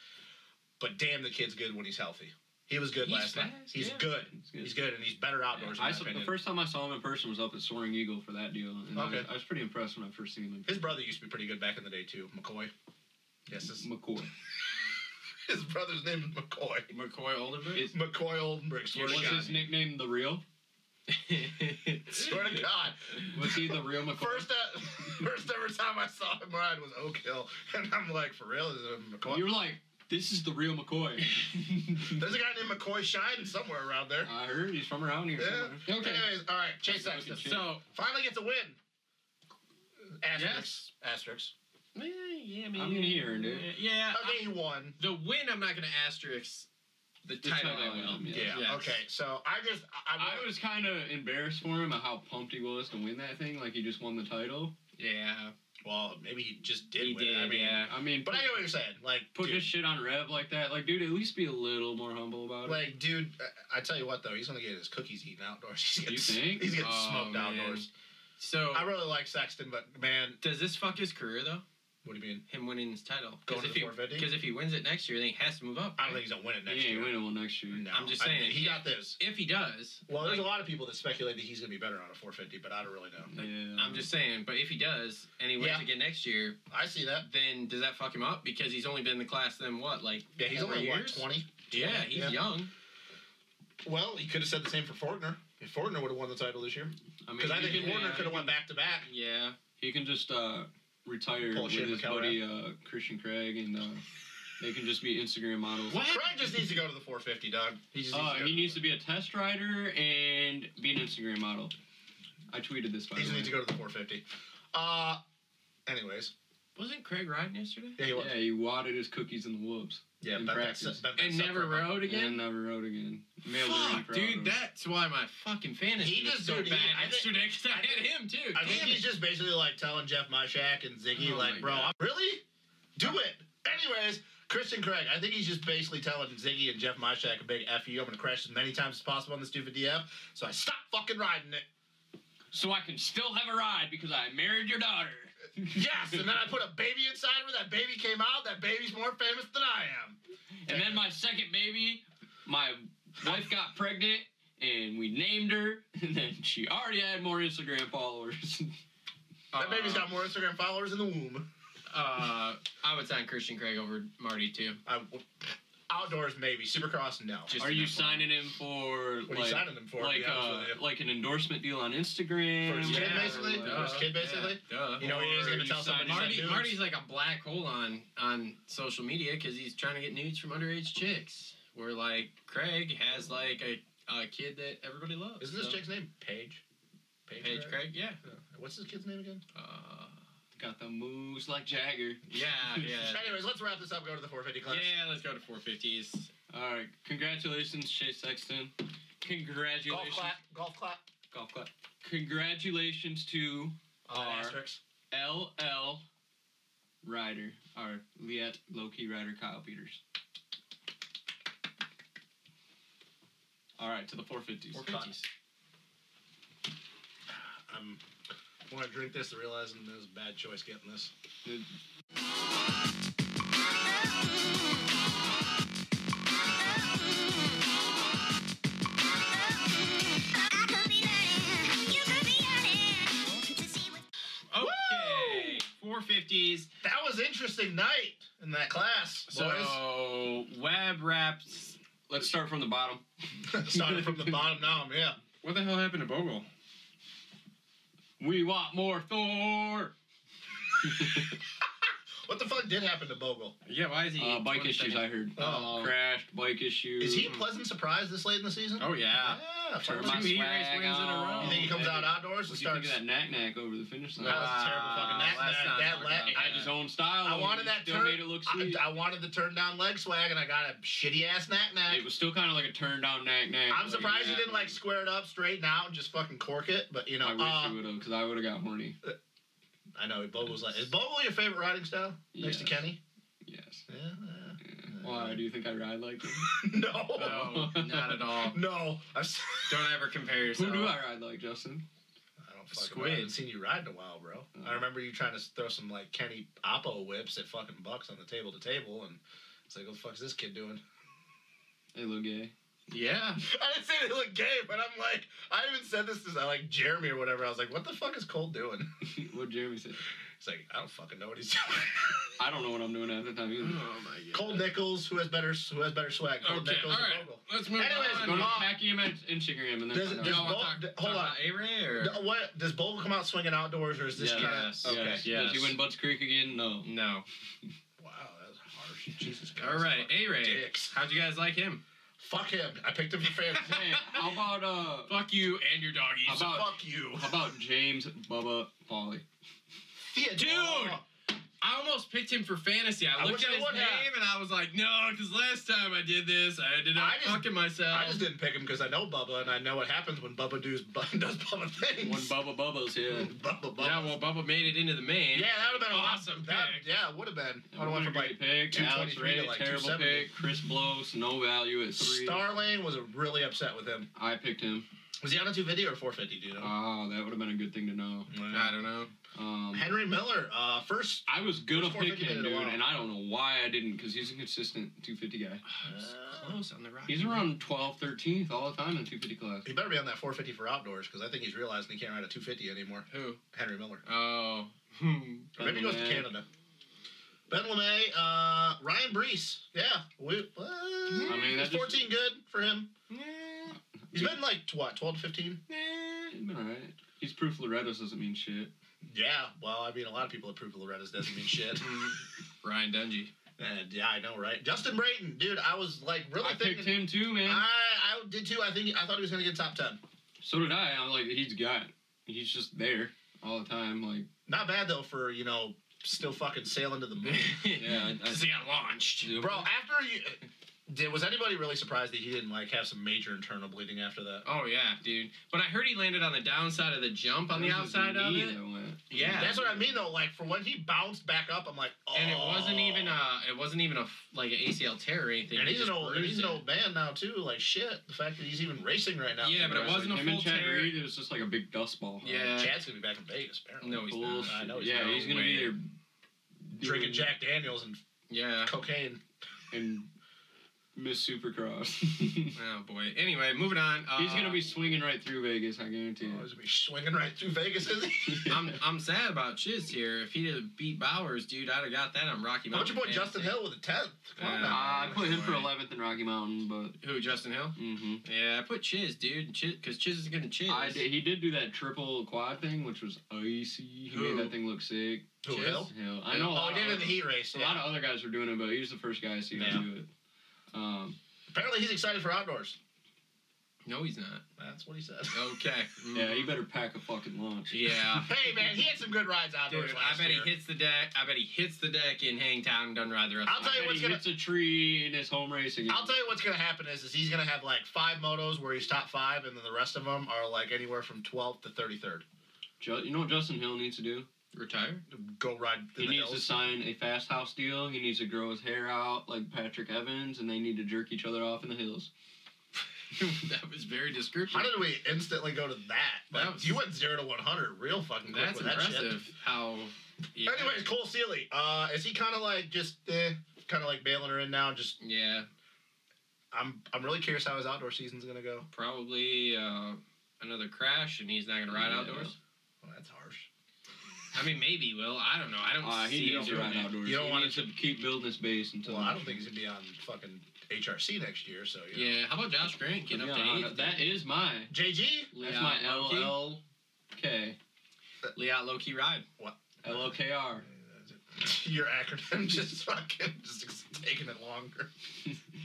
but damn, the kid's good when he's healthy. He was good
He's
last night.
fast,
He's
yeah.
good.
It's good.
He's good, and he's better outdoors.
I
in my
saw, the
opinion.
first time I saw him in person was up at Soaring Eagle for that deal, and I, was,
Okay.
I was pretty impressed when I first seen him.
His brother used to be pretty good back in the day too, McCoy. Yes, his,
McCoy.
his brother's name is McCoy.
McCoy Oldenburg.
It's-
McCoy Oldenburg. Swear
What's
to God.
his nickname? The real?
Swear to God.
Was he the real McCoy?
First, uh, first ever time I saw him ride was Oak Hill, and I'm like, for real, is it
you were
McCoy?
like, this is the real McCoy.
There's a guy named McCoy Shine somewhere around there.
I heard he's from around here.
Yeah.
somewhere.
okay.
Anyways, all right, Chase
That's
Sexton
So,
finally gets a win. Asterix.
Yes.
Asterix.
eh, yeah, I mean,
I'm in here, dude.
eh, Yeah.
Okay, he won.
The win, I'm not gonna asterisk. The
The
title,
title,
I will.
yeah.
Yeah.
Yes.
Okay. So I just I,
I was kind of embarrassed for him at how pumped he was to win that thing. Like he just won the title.
Yeah.
well maybe he just did
He
win. I
did,
mean,
yeah.
I mean,
but I get what you're saying. Like,
put
dude,
this shit on Rev like that. Like, dude, at least be a little more humble about it.
like, dude, I- I tell you what though, he's gonna get his cookies eaten outdoors. He's getting,
think?
He's getting
Oh,
smoked
man.
outdoors.
So,
I really like Sexton, but man,
does this fuck his career though?
what do you mean?
Him winning his title. Because
Going to
if
the
he
450?
because if he wins it next year, then he has to move up.
I don't
right?
think he's gonna win it
Yeah,
next
he
year.
ain't winning one next year.
No,
I'm just
I-
saying,
he
if-
got this.
If he does,
Well, there's a
like,
lot of people that speculate that he's gonna be better on a 450, but I don't really know.
Yeah.
I'm just saying. But if he does, and he wins
Yeah.
again next year,
I see that.
then does that fuck him up? Because he's only been in the class then what, like
Yeah, he's
four
only
years?
what 20.
Yeah, he's
Yeah.
young.
Well, he could have said the same for Fortner. If Fortner would have won the title this year,
I mean,
because I
he
think
can,
Fortner
uh,
could have won back to back.
Yeah.
He can just uh, retire
Paul
with
Shane
his
McElrath.
buddy uh, Christian Craig, and uh, they can just be Instagram models.
What?
Craig just needs to go to the 450, dog. He just
Uh,
needs to go
he needs to be a test rider and be an Instagram model. I tweeted this by
He just
the way.
needs to go to the 450. Uh, anyways,
Wasn't Craig riding yesterday?
yeah, he was.
yeah, he wadded his cookies in the whoops.
Yeah,
In
bet
practice.
that's bet
And
that's up
never
for a month.
rode
And
again.
never rode again. Mailed it in
Fuck,
for
dude,
autos.
that's why my fucking fantasy
He
was
just-
so
dude, he-
bad
I think-
yesterday because I had him too.
I think
Damn
he's
it.
just basically like telling Jeff Mashak and Ziggy,
Oh my
like, bro,
God.
I'm, really? Do it. Anyways, Christian Craig, I think he's just basically telling Ziggy and Jeff Mashak a big F you. I'm going to crash as many times as possible on this stupid DF, so I stop fucking riding it.
So I can still have a ride because I married your daughter.
Yes, and then I put a baby inside of her. That baby came out. That baby's more famous than I am.
And then my second baby, my wife got pregnant and we named her, and then she already had more Instagram followers.
That baby's
Uh,
got more Instagram followers in the womb.
Uh, I would sign Christian Craig over Marty too.
I, outdoors, maybe. Supercross, no.
Just
Are you
enough for me.
signing him for
what are
like,
you signing them for? to
like,
be honest
uh,
with you?
like an endorsement deal on Instagram?
For his kid,
or
basically?
like-
For his kid, basically?
Yeah, duh.
You know, he is
Or
going
you
to tell somebody.
sign-
he's
Marty,
like,
Marty's
"Dudes,
like a black hole on on social media because he's trying to get nudes from underage chicks. Where like Craig has like a, a kid that everybody loves.
Isn't this
so-
chick's name Paige? Paige,
Paige
Craig?
Craig? Yeah.
Yeah. What's this kid's name again?
Uh,
Got the moves like Jagger.
yeah, yeah.
Anyways, let's wrap this up. Go to the 450 class.
Yeah, let's go to 450s.
All right, congratulations, Chase Sexton.
Golf
Congratulations,
clap. Golf clap.
golf clap. Congratulations to
All
Our-
asterisks.
LL Ryder, our Liet Loki Ryder Kyle Peters. All right, to the 450s.
450s.
I'm want to drink this, realizing it was a bad choice getting this.
I could be lying, you could be honest. To see what's
Oh, Okay. 450s.
That was interesting night in that class, boys.
So web wraps.
Let's start from the bottom.
um,
Starting from the bottom now, yeah.
What the hell happened to Bogle?
We want more Thor.
What the fuck did happen to Bogle?
Yeah, why is he?
uh, bike
22nd?
issues, I heard.
Oh.
crashed bike issues.
Is he a pleasant surprise this late in the season?
Oh yeah.
yeah. fuck
Turn
with
my
you.
Two heat
swag
race wins in a row.
on.
you think he comes out outdoors
What
and
do you think
starts?
of that knack knack over the finish line?
That was a terrible fucking
Wow,
knack
let's
knack.
not
That
talk
la-
about
He
that.
had his own style.
I
and
wanted
he
that
Still
turn.
made it look sweet.
I, I wanted the turn down leg swag, and I got a shitty ass knack knack.
it was still kind of like a turn down knack knack.
I'm surprised he
you
didn't like square it up, straighten out, and just fucking cork it. But you know,
I wish
uh,
he would have, because I would have got horny.
I know Bogle's like, is Bogle your favorite riding style next to
Yes.
Kenny?
Yes.
Yeah. uh,
Yeah. Why do you think I ride like him?
no.
No, not at all.
No. I've s-
Don't ever compare yourself.
Who do I ride like, Justin?
I don't fucking
Squid.
I haven't seen you ride in a while, bro. I remember you trying to s- throw some like Kenny Oppo whips at fucking bucks on the table to table, and it's like, what the fuck's this kid doing?
Hey, little gay.
Yeah.
I didn't say they look gay, but I'm like, I even said this to like Jeremy or whatever. I was like, what the fuck is Cole doing?
what Jeremy said.
He's like, I don't fucking know what he's doing.
I don't know what I'm doing at the time either.
Oh my
Cole Nichols, who has better who has better swag? Cole
Okay. All
Nichols
right.
or Bogle?
Let's move
Anyways,
Go
on.
to
Mom.
Mackie and Matt's Instagram and then
Does-
find out.
does
Y'all wanna
Bo-
talk-
d-
talk
hold
about
on.
A-Ray or?
No, what does Bogle come out swinging outdoors, or is this
Yes.
kind
Yes.
of okay?
Yes.
Yes.
Does he win Butts Creek again? No.
No.
Wow, that was harsh. Jesus
All right,
fucking
A-Ray.
dicks.
How'd you guys like him?
Fuck him. I picked him for fantasy.
Hey, how about uh,
Fuck you and your
How
doggies.
about-
Fuck you,
how about James Bubba Folly?
Theodore.
Dude! I almost picked him for fantasy. I,
I
looked
wish
at
I
his
would
name
have.
and I was like, no, because last time I did this, I ended up
I just-
fucking myself.
I just didn't pick him because I know Bubba and I know what happens when Bubba does does Bubba things.
One Bubba Bubba's here.
Bubba, Bubba.
yeah, well, Bubba made it into the main.
Yeah, that would have been a lot-
awesome
that-
pick.
Yeah, it would have been. I would have
What
went
a
for like
great pick. Alex
223 to,
Ray,
like,
terrible
270.
pick. Chris Blows, no value at three.
Starling was really upset with him.
I picked him.
Was he on a 250 or 450, do you know?
Oh, that would have been a good thing to know.
Uh, I don't know.
Um,
Henry Miller, uh, first.
I was gonna
Chris Ford
pick
didn't
him,
get it
dude,
a lot.
and I don't know why I didn't, because he's a consistent 250 guy.
Uh,
I was close on the rock.
He's around 12th, 13th all the time in 250 class.
He better be on that 450 for outdoors because I think he's realizing he can't ride a 250 anymore.
Who?
Henry Miller.
Oh. Hmm.
Or maybe he goes to
LeMay.
Canada. Ben LeMay, uh, Ryan Brees. Yeah. We, uh, I
mean, that just-
14 good for him. He's been like, what, 12 to 15?
He's been alright. He's proof Loretta's doesn't mean shit.
Yeah. Well, I mean, a lot of people approve of Loretta's doesn't mean shit.
Ryan Dungy.
And yeah, I know, right? Justin Brayton, dude, I was like really
I
thinking.
picked him too, man.
I, I did too. I think I thought he was gonna get top ten.
so did I. I'm like, he's got. He's just there all the time. Like,
Not bad though for you know still fucking sailing to the moon.
Yeah, I- I-
Because he got launched.
Bro, after you did, was anybody really surprised that he didn't like have some major internal bleeding after that?
Oh yeah, dude. But I heard he landed on the downside of the jump on the outside of it. Yeah.
That's what I mean though. Like for when he bounced back up, I'm like, oh.
And it wasn't even uh, a, it wasn't even a f- like an ACL tear or anything.
And
He
he's an
just
old,
bruised
he's an
it.
old man now too. Like shit, the fact that he's even racing right now.
Yeah, but it wasn't a
him and
full
Chad
tear.
Reed, it was just like a big dust ball.
Yeah.
Chad's gonna be back in Vegas apparently.
No, he's
Bullshit.
not.
I know he's
yeah,
not.
he's gonna
No
be there
way.
drinking
doing-
Jack Daniels and
Yeah.
cocaine.
and Miss Supercross. he's
Oh boy. Anyway, moving on. Uh,
gonna be swinging right through Vegas. I guarantee
Oh,
it.
he's gonna be swinging right through Vegas, isn't he?
I'm I'm sad about Chiz here. If he'd have beat Bowers, dude, I'd have got that on Rocky
How about
Mountain.
your boy
Fantasy.
Justin Hill with a tenth? Come on
Uh,
Uh,
now.
I put him for
Right.
11th in Rocky Mountain, but
Who? Justin Hill?
hmm
Yeah, I put Chiz, dude. Chiz, because Chiz is gonna Chiz.
I did, he did do that triple quad thing, which was icy. He
Who?
made that thing look sick.
Who
Chiz?
Hill?
Hell, I know. a
Oh,
lot
he did it
of-
in the heat race.
A lot
yeah.
of other guys were doing it, but he was the first guy I see
Yeah.
to do it. Um,
Apparently, he's excited for outdoors.
No, he's not.
That's what he said.
Okay. Mm-hmm.
yeah, you better pack a fucking lunch.
Yeah.
hey man, he had some good rides outdoors
Dude, I
last
bet
year.
he hits the deck. I bet he hits the deck in Hangtown and doesn't ride the rest.
I'll
of the
tell you
I bet
what's
he
gonna-
hits a tree in his home race again.
I'll tell you what's gonna happen is, is he's gonna have like five motos where he's top five, and then the rest of them are like anywhere from 12th to 33rd.
Ju- you know what Justin Hill needs to do?
retire.
Go ride in
He
the
needs to
hills.
sign a fast house deal. He needs to grow his hair out like Patrick Evans, and they need to jerk each other off in the hills.
that was very descriptive.
How did we instantly go to that?
That
Like,
was-
you went zero to 100 real fucking quick
That's
with that shit.
impressive. How. Yeah.
Anyways, Cole Seely, uh, is he kind of like just eh, kind of like bailing her in now? Just
Yeah,
I'm I'm really curious how his outdoor season's gonna go.
probably uh, another crash, and he's not gonna ride
Yeah.
outdoors.
Well, that's harsh.
I mean, maybe he will. I don't know. I don't
Uh,
see
he
him
needs to
doing
ride
it.
outdoors.
You don't
he
want
needs to keep building his base until.
Well, I don't think he's gonna be on fucking HRC next year. So you know.
Yeah. How about Josh Grant
Yeah,
getting up to eighth?
that is my.
JG,
That's
Yeah,
my
low-key.
LLK.
Leout low key ride.
LOKR.
your acronym just fucking just taking it longer.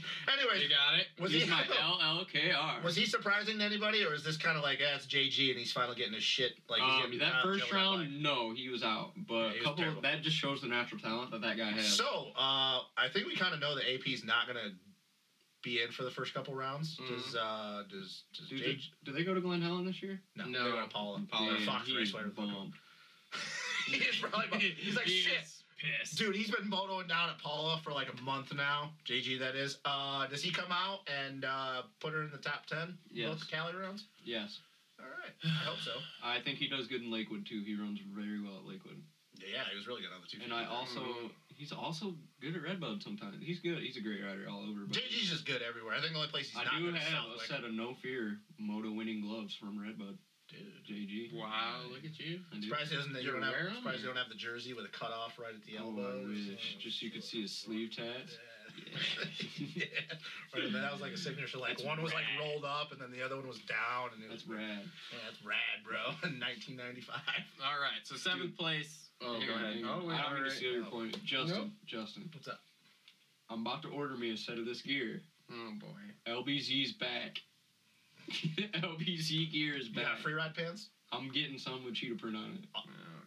You
Anyways,
got it.
was he
He's my LLKR.
was he surprising to anybody, or is this kind of like, eh, it's JG and he's finally getting his shit? Like he's
Um,
getting,
that
uh,
first
feeling that
round, no, he was out.
Yeah, he
But a
was
couple
terrible.
of, that just shows the natural talent that that guy
way.
has.
So uh, I think we kind of know that AP's not gonna be in for the first couple rounds.
Mm-hmm.
Mhm.
Does uh, does does
do,
JG?
they, do they go to Glen Helen this year?
No,
No.
they went Paula.
Paula.
Yeah, Fox
he
Raceway.
is bummed.
he's probably bummed. He's like,
He
shit.
is Pissed.
Dude, he's been motoing down at Paula for like a month now. JG, that is. Uh, does he come out and uh, put her in the top ten?
Yes.
Both Cali rounds.
Yes.
All right. I hope so.
I think he does good in Lakewood, too. He runs very well at Lakewood.
Yeah, he was really good on the two.
And I also,
Mhm.
he's also good at Red Bud sometimes. He's good. He's a great rider all over. But
JG's just good everywhere. I think the only place he's
I
not
do
good is
have a
Southwick.
set of no fear moto winning gloves from Red Bud.
Dude,
JG.
Wow, look at you.
I do.
surprised he doesn't. You
You're
don't have.
aware of
Surprised
him?
you don't have the jersey with a cutoff right at the
Oh,
elbow.
I wish. Just so you could see his sleeve tats.
Yeah. yeah. Right, and that was like a signature. Like
That's
one was like
rad.
rolled up, and then the other one was down, and it
That's
was.
rad.
Yeah, that's rad, bro. In 1995.
All right, so seventh
Dude.
place. Oh,
Hang
go
on,
ahead.
hang on.
Oh, wait,
I
all
don't mean
right.
to steal your point. Justin, Justin,
What's up?
I'm about to order me a set of this gear.
Oh boy.
LBZ's back. LBZ gear is
You
back.
got free ride pants.
I'm getting some with cheetah print on it.
Oh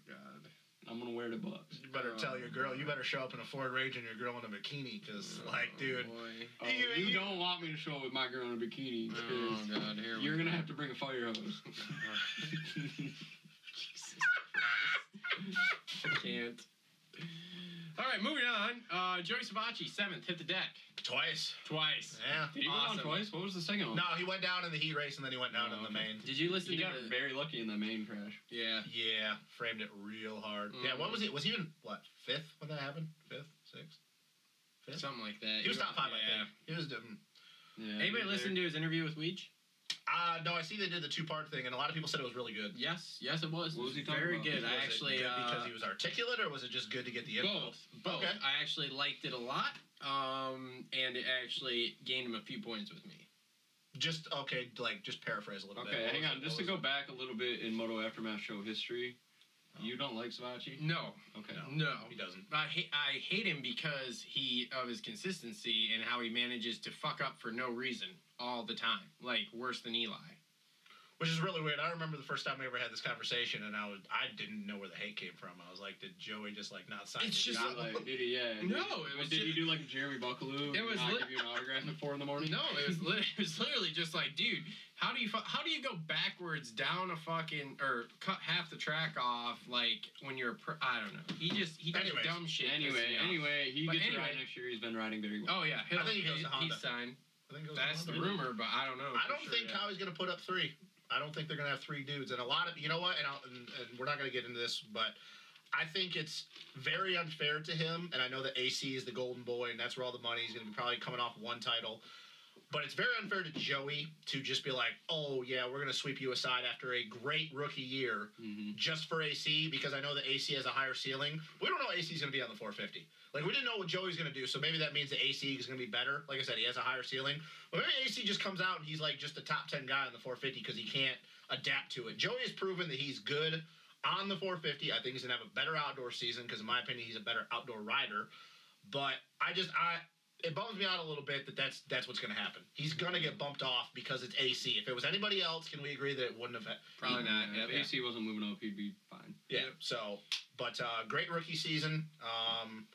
god.
I'm gonna wear the bucks.
You better tell your girl. You better show up in a Ford Rage and your girl in a bikini, because like, dude,
Oh, boy.
Oh,
You-
you,
you-
don't want me to show up with my girl in a bikini.
Oh
'cause
god. Here we
You're
go. Oh,
gonna have to bring a fire hose.
I can't. All right, moving on. Uh, Joey Savacci, seventh, hit the deck
twice.
twice.
Yeah.
Did he go down
Awesome.
twice? What was the second one?
No, he went down in the heat race and then he went down in the main.
Did you listen
He
to
got
the?
very lucky in that main crash.
Yeah.
Yeah, framed it real hard. Yeah, what was he? Was he in what fifth when that happened? Fifth, sixth. Fifth?
Something like that.
He was top five, I
Yeah.
think. He was. Um,
Yeah.
Anybody listen to his interview with Weege?
uh, no, I see they did the two part thing, and a lot of people said it was really good.
Yes, yes, it was.
What was he talking
very
about?
good.
Was
I
it
actually
good
uh,
because he was articulate, or was it just good to get the info?
both, both.
Okay.
I actually liked it a lot, um, and it actually gained him a few points with me.
Just okay, like just paraphrase a little bit.
Okay,
What
hang
was
on.
it?
Just to
What
go
was
back a little bit in Moto Aftermath show history,
Oh.
you don't like Savachi?
No,
Okay.
No.
no.
it? He doesn't.
I hate, I hate him because he of his consistency and how he manages to fuck up for no reason all the time, like worse than Eli.
which is really weird. I remember the first time we ever had this conversation, and I was I didn't know where the hate came from. I was like, did Joey just like not sign?
It's
his
just
album?
Like, did he? Yeah.
No,
did,
it was
Did he
ju-
do like Jeremy Buckaloo?
It was
not
lit-
give you an autograph at four in the morning.
No, it was, lit it was literally just like, dude, how do you fu- how do you go backwards down a fucking or cut half the track off like when you're a pro- I don't know. He just he does
Anyways.
dumb shit.
Anyway,
Yeah.
anyway, he
But
gets
anyway-
to ride next year. He's been riding very well.
Oh yeah, he'll,
I think he goes to Honda.
He's signed.
I think it was
That's
Honda.
the rumor, but I don't know.
I
for
don't
sure
think
yet.
Howie's gonna put up three. I don't think they're gonna have three dudes. And a lot of you know what, and, I'll, and, and we're not gonna get into this, but I think it's very unfair to him. And I know that AC is the golden boy, and that's where all the money is gonna be probably coming off one title. But it's very unfair to Joey to just be like, "Oh yeah, we're gonna sweep you aside after a great rookie year
Mhm.
just for AC," because I know that AC has a higher ceiling. We don't know AC's gonna be on the 450. Like we didn't know what Joey's gonna do, so maybe that means that AC is gonna be better. Like I said, he has a higher ceiling. But maybe AC just comes out and he's like just a top 10 guy on the 450 because he can't adapt to it. Joey has proven that he's good on the 450. I think he's going to have a better outdoor season because, in my opinion, he's a better outdoor rider. But I just, I. It bums me out a little bit that that's that's what's going to happen. He's going to get bumped off because it's AC. If it was anybody else, can we agree that it wouldn't have? ha-
Probably not.
Yeah,
Yeah,
if AC wasn't moving up, he'd be fine.
Yeah. So, but uh, great rookie season. Um,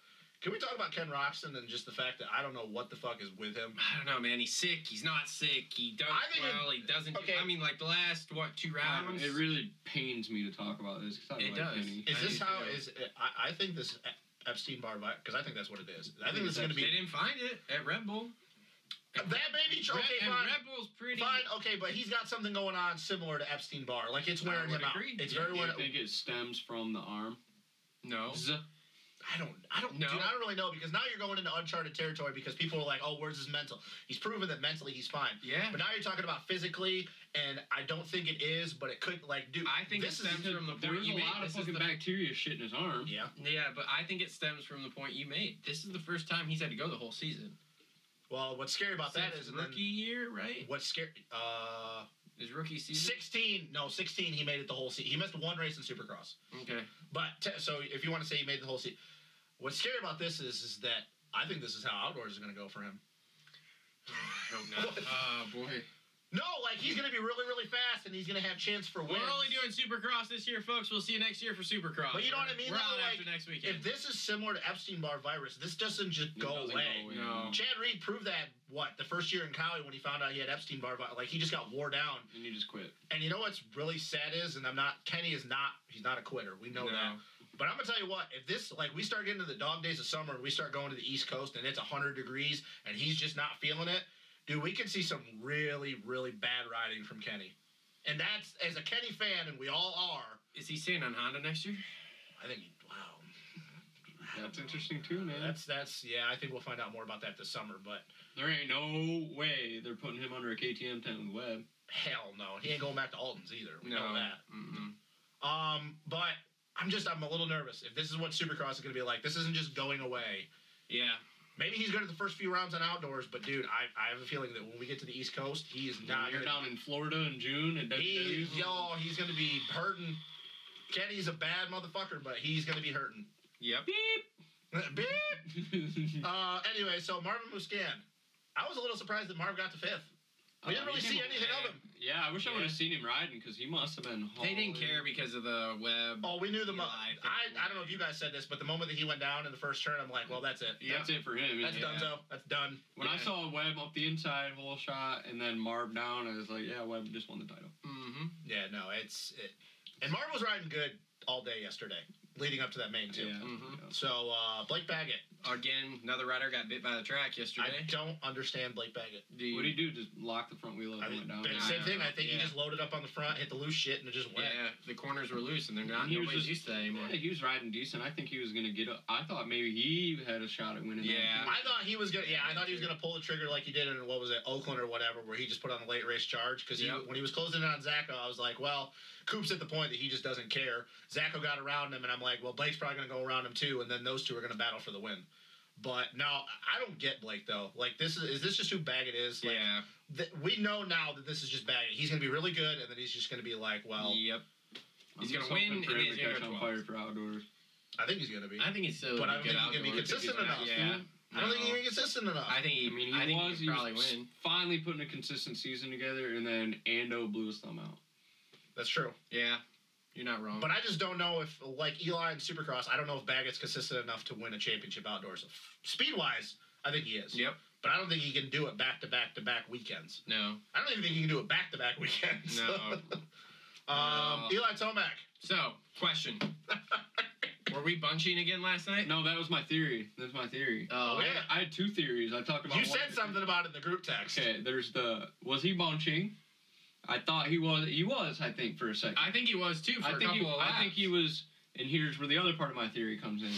can we talk about Ken Roxton and just the fact that I don't know what the fuck is with him?
I don't know, man. He's sick. He's not sick. He does
I think it-
well. he doesn't.
okay.
I mean, like the last what two
Um,
rounds?
it really pains me to talk about this. 'cause I
It
like
does.
Kenny.
Is
I
this
do
how
too.
is I, I think this E-, Epstein Barr because I think that's what it is. I think
think
this is going to
They
be
didn't find it at Red Bull.
that baby.
Red,
Okay,
and
fine,
Red Bull's pretty.
fine. Okay, but he's got something going on similar to Epstein Barr. Like it's
I
wearing
would
him out.
agree.
It's
Yeah,
very
Do you
wearing.
think it stems from the arm?
No.
Z-
I don't. I don't.
No.
Dude, I don't really know because now you're going into uncharted territory because people are like, "Oh, where's his mental?" He's proven that mentally he's fine.
Yeah.
But now you're talking about physically, and I don't think it is, but it could. Like, dude,
I think
this
it
is
stems from the point
There was
you
a
made.
lot of
This is
fucking
the-
bacteria shit in his arm.
yeah.
Yeah, but I think it stems from the point you made. This is the first time he's had to go the whole season.
Well, what's scary about that
Since
is and then
rookie year, right?
what's scary. Uh,
His rookie season.
16. No, 16. He made it the whole season. He missed one race in Supercross.
Okay.
But t- so if you want to say he made the whole season, what's scary about this is is that I think this is how outdoors is going to go for him.
I hope not. Oh boy.
No, like he's going to be really really fast and he's going to have chance for wins.
We're only doing Supercross this year, folks. We'll see you next year for Supercross.
But you know what I mean,
We're
though,
out
like,
after next weekend.
If this is similar to Epstein Barr virus, this doesn't just
It
go
doesn't
away.
No.
Chad Reed proved that what the first year in Cali when he found out he had Epstein Barr virus, like he just got wore down.
And you just quit.
And you know what's really sad is, and I'm not Kenny is not he's not a quitter. We know
No.
that. But I'm gonna tell you what, if this like we start getting to the dog days of summer and we start going to the East Coast and it's 100 degrees and he's just not feeling it, dude, we could see some really really bad riding from Kenny. And that's as a Kenny fan, and we all are.
Is he staying on Honda next year?
I think wow,
That's interesting too, man.
that's that's yeah. I think we'll find out more about that this summer, but
there ain't no way they're putting him under a KTM tent with Webb.
hell no, he ain't going back to Alton's either. We know that.
Mm-mm.
Um, but I'm just I'm a little nervous if this is what Supercross is gonna be like. This isn't just going away.
Yeah.
Maybe he's good at the first few rounds on outdoors, but dude, I, I have a feeling that when we get to the East Coast, he is
Nah,
not.
you're
gonna,
down in Florida in June and
He,
E.
yo, he's gonna be hurting. Kenny's a bad motherfucker, but he's gonna be hurting.
Yep.
Beep. Uh, anyway, so Marvin Muscan, I was a little surprised that Marv got to fifth. We didn't really see anything of him.
Yeah, I wish I
Yeah.
would have seen him riding because he must have been.
They didn't
hauling.
care because of the web.
Oh, we knew the
Yeah,
mo- I,
I think-
I don't know if you guys said this, but the moment that he went down in the first turn, I'm like, well, that's it.
That's it for him.
That's
yeah.
done, donezo. That's done.
When I
Yeah.
saw Webb up the inside whole shot and then Marv down, I was like, yeah, Webb just won the title.
Mm-hmm.
Yeah, no, it's it. And Marv was riding good all day yesterday, leading up to that main too.
Yeah. Mm-hmm.
Mhm.
So uh, Blake Baggett,
Again, another rider got bit by the track
I
yesterday.
don't understand Blake Baggett.
Dude.
What do you do? Just lock the front wheel up
I
and
mean,
went down.
but
Yeah, I
same thing.
know.
I think he
Yeah.
just loaded up on the front, hit the loose shit, and it just went.
Yeah, the corners were loose and they're not.
He was
Nobody's
just-
used to that anymore.
I think he was riding decent. I think he was gonna get up. I thought maybe he had a shot at winning. that,
Yeah.
too.
I thought he was gonna. Yeah, I
Yeah,
thought he was
too.
gonna pull the trigger like he did in what was it, Oakland or whatever, where he just put on the late race charge. Because
Yep.
when he was closing in on Zacho, I was like, well, Coop's at the point that he just doesn't care. Zacho got around him, and I'm like, well, Blake's probably gonna go around him too, and then those two are gonna battle for the win. But no, I don't get Blake though. Like this is—is this just who Baggett is? Like,
yeah.
th- we know now that this is just Baggett. He's gonna be really good, and then he's just gonna be like, well,
yep.
I'm
He's
just
gonna win,
hoping for
and
him
he's
to
gonna
catch
go
on
12.
fire for outdoors.
I think he's gonna be.
I think he's still.
But I don't
good
think he can be
outdoors.
consistent
He's not-
enough.
Yeah.
I don't
No.
think he's even consistent enough.
I think he.
I mean, he
I think
was.
he
He
probably
was
win.
finally putting a consistent season together, and then Ando blew his thumb out.
That's true.
Yeah, you're not wrong.
But I just don't know if, like Eli and Supercross, I don't know if Baggett's consistent enough to win a championship outdoors. Speed wise, I think he is.
yep.
But I don't think he can do it back to back to back weekends.
No.
I don't even think he can do it back to back weekends.
No.
um,
No.
Eli Tomac.
So, question. Were we bunching again last night?
No, that was my theory. That's my theory.
Oh,
I, had, I had two theories. I talked about.
You
one-
said something about it in the group text.
Okay, there's the was he bunching? I thought he was. He was. I think for a second.
I think he was too for
I
a
think
couple
he,
of laps.
I think he was, and here's where the other part of my theory comes in.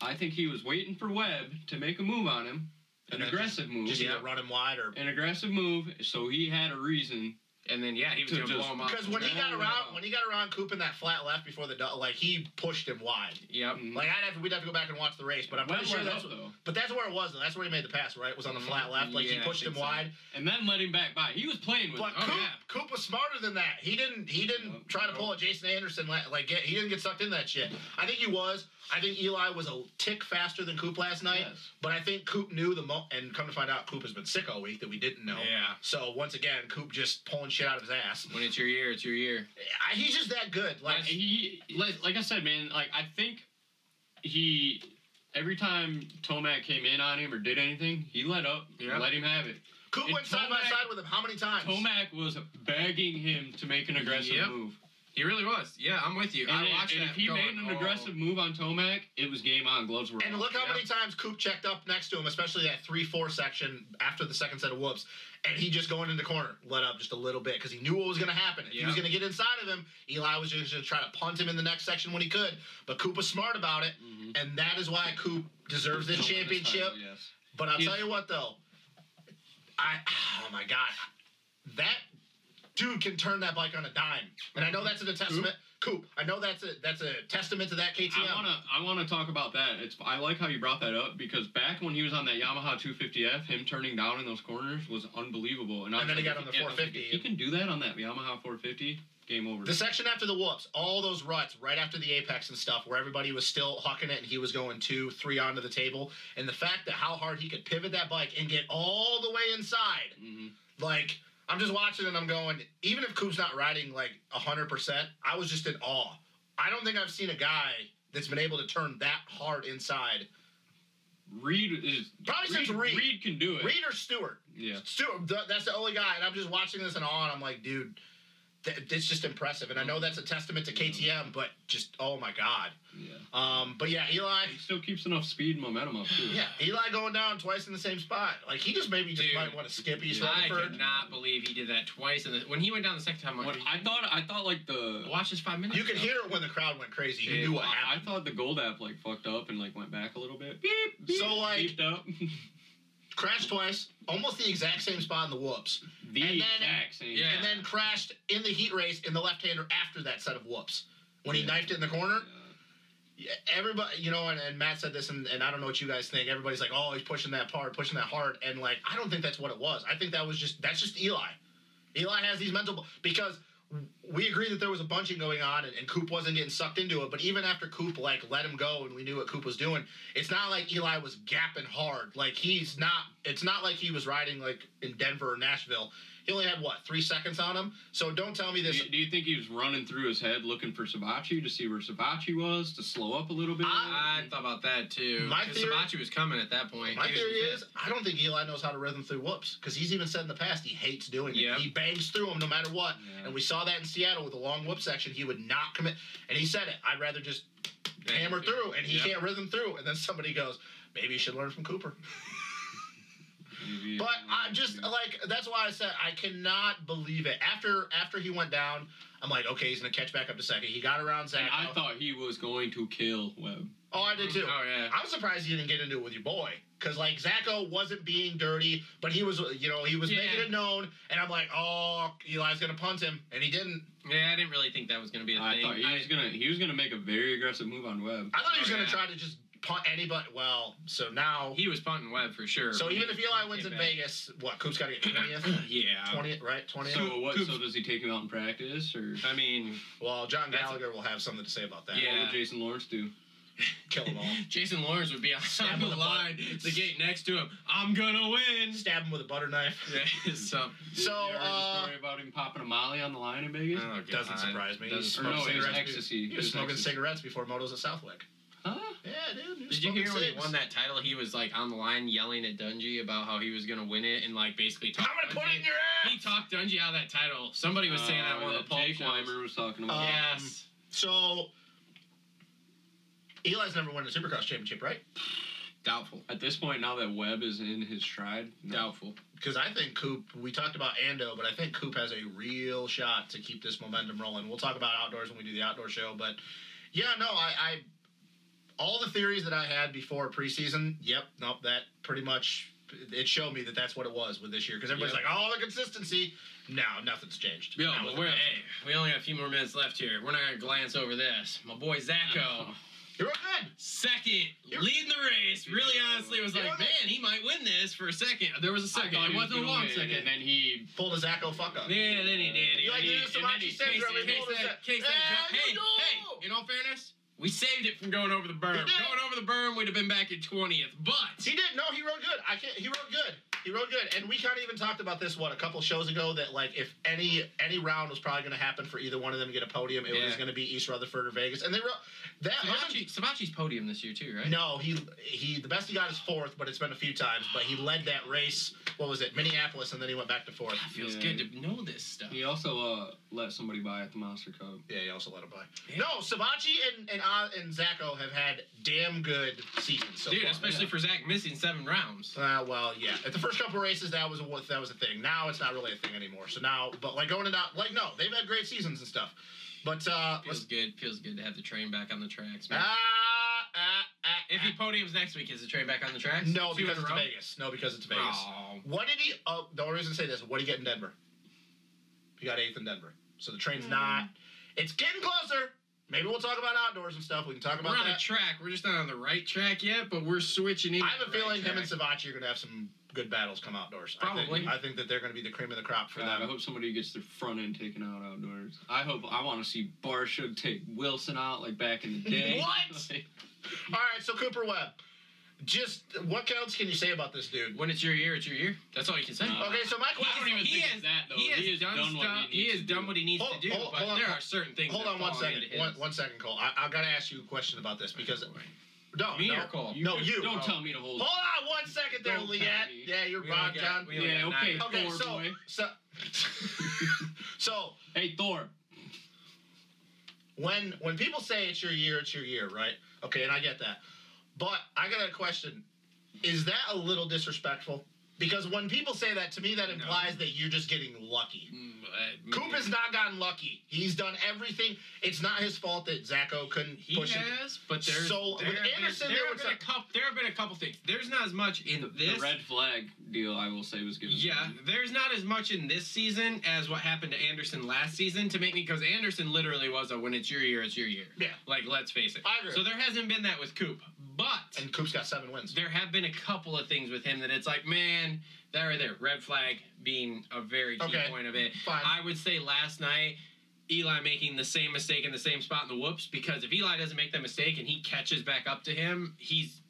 I think he was waiting for Webb to make a move on him, an
And then
aggressive move,
Just
Yeah.
either run him wide or
an aggressive move. So he had a reason.
and then yeah, he was
To
gonna
just-
blow him up.
because when he got
No, no,
around
no.
when he got around Coop in that flat left before the du- like he pushed him wide.
yep.
Like I'd have we'd have to go back and watch the race, but I'm
Mm. Webb
pretty sure
let
that's
up,
what,
though,
but that's where it was. Though. That's where he made the pass. Right, it was on the
Mhm.
flat left. Like he
Yeah, I
pushed him
think so.
wide.
and then let him back by. He was playing with.
But
it.
Oh,
Coop,
yeah.
Coop was smarter than that. He didn't. He didn't
Nope.
try to pull a Jason Anderson. la- Like get, he didn't get sucked in that shit. I think he was. I think Eli was a tick faster than Coop last night.
Yes.
But I think Coop knew the mo. And come to find out, Coop has been sick all week that we didn't know.
Yeah.
So once again, Coop just pulling shit out of his ass.
When it's your year, it's your year.
I, he's just that good. Like
Like he, like, like I said, man. Like I think he, every time Tomac came in on him or did anything, he let up.
Yeah.
Let him have it.
Coop
and
went side by
Tomac-
side with him how many times?
Tomac was begging him to make an aggressive
Yep.
move.
He really was. Yeah, I'm with you.
And,
I
if-
watched
and
that.
if he
going,
made an
"Oh."
aggressive move on Tomac, it was game on. Gloves were
And
off.
look how
Yeah.
many times Coop checked up next to him, especially that three four section after the second set of whoops, and he just going in the corner, let up just a little bit because he knew what was going to happen. If he was
Yeah.
going to get inside of him, Eli was just going to try to punt him in the next section when he could. But Coop was smart about it,
Mhm.
and that is why Coop deserves
Don't
this
win
championship.
title, yes.
But I'll
If-
tell you what though, I oh my god, that dude can turn that bike on a dime, and I know that's a testament. Coop, I know that's a that's a testament to that KTM.
I wanna I wanna talk about that. It's I like how you brought that up because back when he was on that Yamaha 250F, him turning down in those corners was unbelievable. And, I
And
was
then he
like,
got on the
yeah, I was like,
450.
if he can do that on that Yamaha 450. Game over.
The section after the whoops, all those ruts right after the apex and stuff, where everybody was still hucking it and he was going two, three onto the table, and the fact that how hard he could pivot that bike and get all the way inside,
Mhm.
like I'm just watching and I'm going, even if Coop's not riding like 100, percent I was just in awe. I don't think I've seen a guy that's been able to turn that hard inside.
Reed is
Probably since Reed.
Reed can do it.
Reed or Stewart,
Yeah.
Stewart, th- that's the only guy, and I'm just watching this in awe, and I'm like, dude. th- It's just impressive, and I know that's a testament to KTM, but just oh my god,
Yeah.
Um, but yeah, Eli.
He still keeps enough speed and momentum up too.
Yeah, Eli going down twice in the same spot. Like he just maybe just
Dude.
might want to skip East
I
Rutherford.
could not believe he did that twice. And the- when he went down the second time, I'm
What
like,
I thought I thought like the
watch this five minutes.
You could hear it when the crowd went crazy. You
Yeah,
knew what
I, I
happened.
thought the gold app like fucked up and like went back a little bit. Beep, beep,
So, like-
beeped up.
Crashed twice, almost the exact same spot in the whoops,
the
And then-
exact same.
Yeah.
and then crashed in the heat race in the left-hander after that set of whoops. When he
Yeah.
knifed it in the corner,
Yeah.
yeah, everybody, you know, and, and Matt said this, and, and I don't know what you guys think. Everybody's like, oh, he's pushing that hard, pushing that hard. And, like, I don't think that's what it was. I think that was just, that's just Eli. Eli has these mental, bl- because we agreed that there was a bunching going on and, and Coop wasn't getting sucked into it. But even after Coop, like, let him go and we knew what Coop was doing, it's not like Eli was gapping hard. Like, he's not, it's not like he was riding, like, in Denver or Nashville. He only had, what, three seconds on him? So don't tell me
Do
this.
you, do you think he was running through his head looking for Sabachi to see where Sabachi was to slow up a little bit?
I-
I thought about that too.
My
'Cause
theory-
Sabachi was coming at that point.
My
He was
theory
just-
is, I don't think Eli knows how to rhythm through whoops because he's even said in the past he hates doing it.
Yeah.
He bangs through them no matter what,
Yeah.
and we saw that in Seattle with the long whoop section. He would not commit, and he said it. I'd rather just
Yeah,
hammer
he did.
through, and he
Yeah.
can't rhythm through. And then somebody goes, maybe you should learn from Cooper.
Maybe-
But I'm just like that's why I said I cannot believe it. After after he went down, I'm like, okay, he's gonna catch back up to second. He got around Zach.
And I thought he was going to kill Webb.
oh, I did too.
Oh yeah.
I'm surprised you didn't get into it with your boy. Cause like Zacho wasn't being dirty, but he was, you know, he was
Yeah.
making it known, and I'm like, oh, Eli's gonna punt him, and he didn't.
Yeah, I didn't really think that was gonna be a
I
thing.
thought he was gonna he was gonna make a very aggressive move on Webb.
I thought he was
Oh,
gonna
yeah.
try to just punt anybody. Well, so now,
He was punting Webb for sure.
so even if Eli wins in
Came back.
Vegas, what Coop's gotta get twentieth,
yeah.
twentieth, right, twentieth.
So what?
Coop-
So does he take him out in practice or?
I mean,
Well, John
That's-
Gallagher will have something to say about that.
What
Yeah.
would Jason Lawrence do?
Kill them all.
Jason Lawrence would be outside
Stab
the
with a butt.
line, the gate next to him. I'm gonna win.
Stab them with a butter knife.
Yeah, so
Did
So,
you hear the
uh,
story about him popping a molly on the line in Vegas?
oh,
Doesn't
God.
surprise me. He was
Doesn't
or no,
smoking
it was
cigarettes.
ecstasy.
He was
It
smoking
ecstasy.
cigarettes before motos at Southwick.
Huh?
Yeah, dude. He was
Did you hear
smoking
when he
cigs.
won that title? He was like on the line yelling at Dungy about how he was gonna win it and like basically
I'm
talk.
gonna put
Dungy-
it in your
He
ass.
talked Dungy out of that title. Somebody was saying that
Uh,
on one of the Paul
Jake Weimer was talking about.
Uh,
Yes.
So, Eli's never won a Supercross championship, right?
Doubtful.
At this point, now that Webb is in his stride, no.
Doubtful.
Because I think Coop. We talked about Ando, but I think Coop has a real shot to keep this momentum rolling. We'll talk about outdoors when we do the outdoor show, but yeah, no, I, I all the theories that I had before preseason. Yep, nope, that pretty much it showed me that that's what it was with this year. Because everybody's
Yep.
like, oh, the consistency. No, nothing's changed.
Bill,
Not
but
with
we're,
it.
hey, we only got a few more minutes left here. We're not gonna glance over this. My boy Zacho,
You're good.
second,
You're-
leading the race. Really, honestly, was like,
You're-
man, he might win this for a second. There was a
I
second.
thought
It
he was
wasn't a
gonna
long
win,
second.
And then he
Pull the Zacho fuck up.
Yeah, then he did.
You like
And he-
to do this to
and then
Monty
he-
Sandra,
Case-
we
Case
rolled his
said-
head.
Case said,
There
hey,
you go.
hey, in all fairness, we saved it from going over the berm.
We did.
Going over the berm, we'd have been back at 20th. But
He did. No, he wrote good. I can't. He wrote good. He wrote good. And we kind of even talked about this what a couple shows ago that like if any any round was probably going to happen for either one of them to get a podium, it was
Yeah.
going to be East Rutherford or Vegas. And they wrote that.
Sabachi, Sabachi's podium this year, too, right?
No, he he. The best he got is fourth, but it's been a few times. But he led that race. What was it, Minneapolis, and then he went back to fourth.
It feels
Yeah.
good to know this stuff.
he also uh, let somebody by at the Monster Cup.
Yeah, he also let him by.
Yeah.
No, Sabachi and and uh, and Zacho have had damn good seasons so
Dude,
far.
especially for Zach missing seven rounds.
Uh, well, yeah. At the first couple races, that was a what that was a thing. Now it's not really a thing anymore. So now, but like going into like no, they've had great seasons and stuff. But uh,
Feels
let's,
good. Feels good to have the train back on the tracks,
ah,
man.
ah, ah,
if
ah.
he podiums next week, is the train back on the tracks?
no,
Two in
because
a
it's
row?
Vegas. No, because it's Vegas.
Aw.
What did he? Oh, the only reason to say this: what did he get in Denver? He got eighth in Denver. So the train's not. It's getting closer. Maybe we'll talk about outdoors and stuff. We can talk
We're
about
on a
that.
track. We're just not on the right track yet, but we're switching in.
I have a
the right
feeling him and
track.
Savachi are going to have some good battles come outdoors. I
Probably.
think, I think that they're going to be the cream of the crop for
God, I
Uh,
them.
hope somebody gets their front end taken out outdoors. I hope I want to see Barsha take Wilson out like back in the day.
What?
Like,
All right, so Cooper Webb. Just what else can you say about this dude?
When it's your year, it's your year. That's all you can say.
Uh,
Okay, so my
Well, I don't
question.
even
he
think
has
it's that though.
He has, done, stuff. He, has
to
done
do.
what he needs
Hold-
to do,
hold-
but
hold on,
there
hold-
are certain things.
Hold
that
on one
fall
second.
into
One,
his-
one second, Cole. I, I gotta ask you a question about this because no,
Me
no.
or Cole?
No, you.
Don't
Oh.
tell me to hold.
Hold on one second there,
Don't tell
Liette.
me.
Yeah, you're
We
wrong,
only got-
John.
we only
Yeah,
got
okay.
nine.
Okay,
Thor,
so
boy.
so so
Hey Thor.
when when people say it's your year, it's your year, right? Okay, and I get that. But I got a question. Is that a little disrespectful? Because when people say that to me, that
No.
implies that you're just getting lucky.
Mm, uh,
Coop has not gotten lucky. He's done everything. It's not his fault that Zacho couldn't
He
push it.
has, but there's
So,
there,
with
have been-
Anderson,
there
there
have
was
been
a-
a couple. There have been a couple things. There's not as much in
The,
this.
the red flag deal, I will say, was given. to
yeah,
him.
there's not as much in this season as what happened to Anderson last season to make me because Anderson literally was a when it's your year, it's your year.
Yeah.
Like let's face it.
I agree.
So there hasn't been that with Coop, but
And Coop's got seven wins.
there have been a couple of things with him that it's like, man, that right there, red flag being a very key
Okay.
point of it.
Fine.
I would say last night, Eli making the same mistake in the same spot in the whoops because if Eli doesn't make that mistake and he catches back up to him, he's,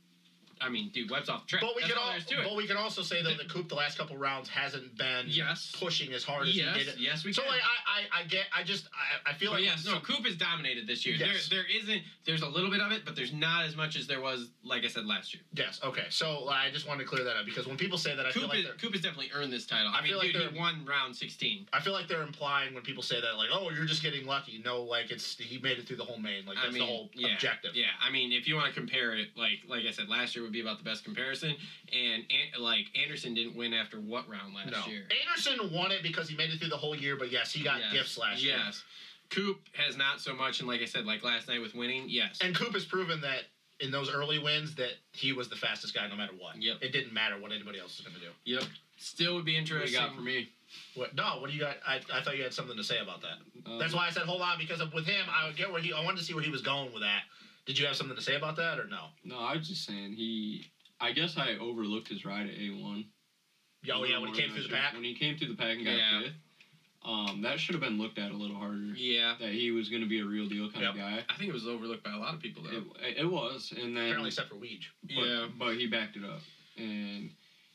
I mean, dude, Webb's off the track.
But we
That's
can
all
all,
there is to it.
but we can also say though that Coop the last couple rounds hasn't been
Yes.
pushing as hard as
yes,
he did.
yes, we
so
can.
like I, I I get I just I, I feel
but
like
yes, no, Coop is dominated this year.
Yes.
There, there isn't. There's a little bit of it, but there's not as much as there was, like I said last year.
yes okay so like, I just wanted to clear that up because when people say that I feel
Coop,
like
is,
they're
Coop has definitely earned this title. I,
I
mean,
feel like
dude, he
they're-
won round 16.
I feel like they're implying when people say that like oh you're just getting lucky no like it's he made it through the whole main like that's the whole
yeah,
objective
Yeah, I mean, if you want to compare it, like like I said, last year would be about the best comparison, and An- like Anderson didn't win after what round last
no
year?
Anderson won it because he made it through the whole year but yes he got
Yes,
gifts last year
Yes, Coop has not so much, and like I said, like last night with winning, yes,
And Coop has proven that in those early wins that he was the fastest guy no matter what.
Yep.
It didn't matter what anybody else was going to do.
yep, still would be
What do you
interesting.
got for me?
What? No, what do you got? I, I thought you had something to say about that.
Uh,
Um,
That's why I said hold on because with him I would get where he. I wanted to see where he was going with that. Did you have something to say about that or no?
No, I was just saying he. I guess I overlooked his ride at A one.
Oh yeah, when he came through the pack.
When he came through the pack and got
Yeah.
fifth. Um, that should have been looked at a little harder.
Yeah.
That he was going to be a real deal kind of guy.
I think it was overlooked by a lot of people, though.
It, it was, and then
Apparently, except for Weege.
but,
yeah.
but he backed it up, and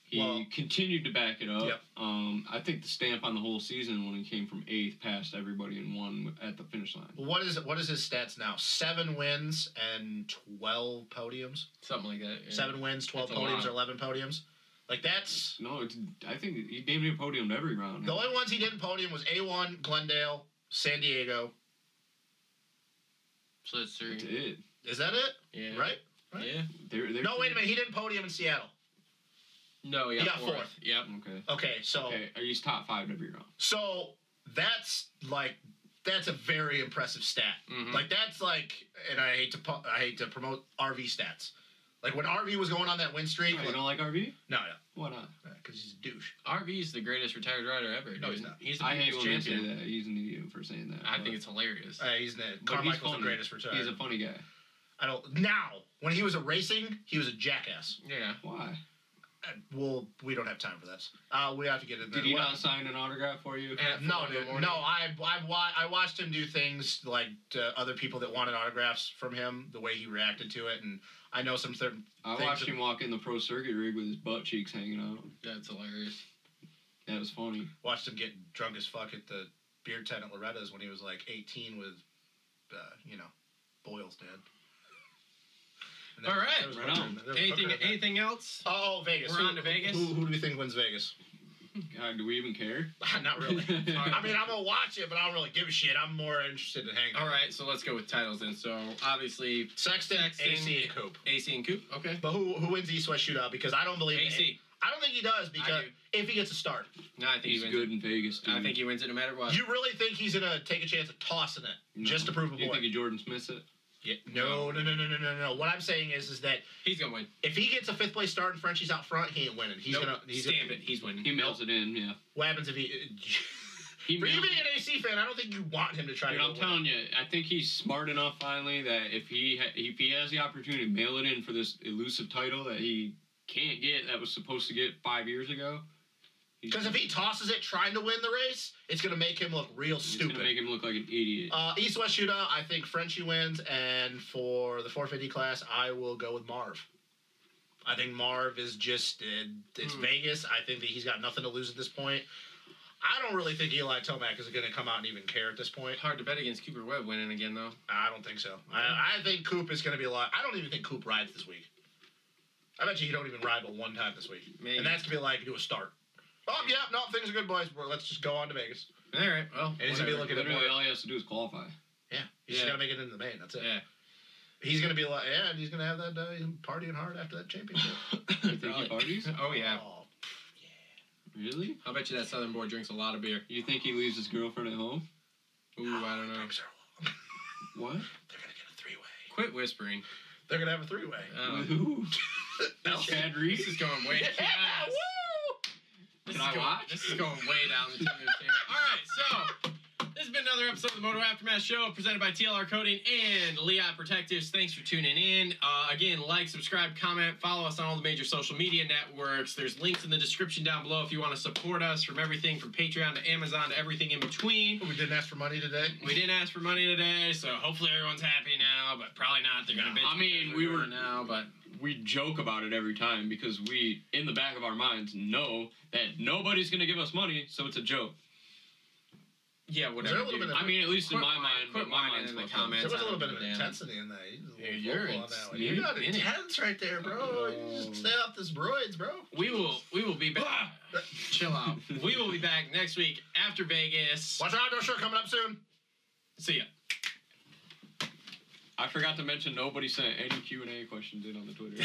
he
Well-
continued to back it up.
Yep.
Um, I think the stamp on the whole season when he came from eighth, passed everybody and won at the finish line.
What is what is his stats now? Seven wins and twelve podiums.
Something like that. yeah.
Seven wins, twelve
That's a
podiums,
lot.
or eleven podiums. Like that's
No, it's, I think he damn near podiumed every round.
The only ones he didn't podium was A1, Glendale, San Diego.
So it's three.
That's it.
Is that it?
Yeah.
Right?
Yeah.
They're, they're
No, wait a minute. He didn't podium in Seattle.
No, yeah.
He got fourth.
Yep.
Okay.
Okay, so
Okay, he's top five every round.
so that's like that's a very impressive stat.
Hmm.
Mhm.
Like that's like, and I hate to pu- I hate to promote RV stats. Like when RV was going on that win streak.
Oh,
like-
you don't like RV?
no,
Why not?
no, because he's a douche.
RV's the greatest retired rider ever.
No, he's
dude.
not.
He's the
I hate
people's
when they say
champion.
that. He's an idiot for saying that.
I
but
think it's hilarious.
Uh, he's the
he's
Carmichael's the
funny.
greatest retired.
He's a funny guy.
I don't now when he was a racing, he was a jackass.
yeah.
Why?
Uh, well, we don't have time for this. Uh, we have to get into
Did he
well-
not sign an autograph for you?
At
No,
four in the
dude,
morning.
no. I I wa- I watched him do things like to other people that wanted autographs from him, the way he reacted to it, and I know some certain.
I
Things
watched
are-
him walk in the pro circuit rig with his butt cheeks hanging out.
That's hilarious.
That was funny.
Watched him get drunk as fuck at the beer tent at Loretta's when he was like 18 with, uh, you know, Boyle's dad. And there
All
was-
right,
there was a
right
hooker
on.
in there- there was a
Anything?
hooker in there.
Anything else?
Oh, Vegas.
We're
Who-
on to Vegas?
Who, who do we think wins Vegas?
God, do we even care?
Not really. I mean, I'm gonna watch it, but I don't really give a shit. I'm more interested in hanging.
All right, so let's go with titles then. So obviously
Sexton,
Sexton.
AC, and Coop.
AC and Coop. Okay.
But who who wins the East West Shootout? Because I don't believe
AC.
I don't think he does because
do.
if he gets a start,
No, I think
He's
he wins
good in Vegas,
It.
dude.
I think he wins it no matter what.
you really think he's gonna take a chance of tossing it
No.
just to prove a
Do you
point?
think of Jordan Smith's it?
Yeah. No, no, no, no, no, no, no. What I'm saying is, is that
He's gonna win.
if he gets a fifth place start and Frenchie's out front, he ain't winning. He's
Nope.
gonna. He's
stamp it.
gonna,
He's winning.
He mails it in, yeah.
What happens if he?
He
For you
mails
being an AC fan, I don't think you want him to try
Dude,
to.
I'm telling you, I think he's smart enough finally that if he ha- if he has the opportunity to mail it in for this elusive title that he can't get that was supposed to get five years ago, he's-
Because if he tosses it trying to win the race, it's gonna make him look real
it's
stupid.
gonna make him look like an idiot.
uh, East West Shootout, I think Frenchie wins, and for the 450 class, I will go with Marv. I think Marv is just uh, it's
Hmm.
Vegas. I think that he's got nothing to lose at this point. I don't really think Eli Tomac is going to come out and even care at this point.
Hard to bet against Cooper Webb winning again though.
I don't think so. I,
Hmm.
I think Coop is going to be a lot. I don't even think Coop rides this week. I bet you he don't even ride but one time this week,
Maybe.
and that's going to be like do a start. Oh yeah, no, things are good, boys. Well, Let's just go on to Vegas.
All right. Well.
And he's gonna be
whatever.
looking at
Literally,
more-
all he has to do is qualify.
Yeah, he's just
Yeah.
got to make it into the main. That's it.
Yeah.
He's gonna be like, yeah, and he's gonna have that uh, partying hard after that championship.
You think he parties?
Oh yeah.
Oh,
Really?
I'll bet you that Southern boy drinks a lot of beer.
You think he leaves his girlfriend at home?
Ooh, I don't know.
drinks are long.
What?
They're gonna get a three way.
Quit whispering.
They're gonna have a three way.
Um,
Ooh.
Yeah,
Chad
this
Reese?
is going way. Yes.
woo!
This
Can
is
I
going,
watch?
This is going way down the tube here. All right, so this has been another episode of the Moto Aftermath Show presented by TLR Coding and Leon Protectives. Thanks for tuning in. Uh, again, like, subscribe, comment, follow us on all the major social media networks. There's links in the description down below if you want to support us from everything from Patreon to Amazon to everything in between.
We didn't ask for money today.
We didn't ask for money today, so hopefully everyone's happy now, but probably not. They're gonna.
No,
bitch
I mean,
because
we
we're
were-
now, but
We joke about it every time because we, in the back of our minds, know that nobody's gonna give us money, so it's a joke.
yeah, whatever.
a little
dude.
bit of-
I mean, at least in
Quit
my
whining-
mind,
quit
but my
whining
mind's
in the
fucked up.
There
comments.
was a little bit of
Damn.
intensity in there. You, was a
Yeah,
little
you're
vocal on
in-
that one.
you're
you got
in it.
intense right there, bro. You
Oh.
just stay off this broids, bro.
We will we will be back. Chill out.
Ah!
We will be back next week after Vegas.
Watch out, no show coming up soon.
See ya.
I forgot to mention nobody sent any Q and A questions in on the Twitter.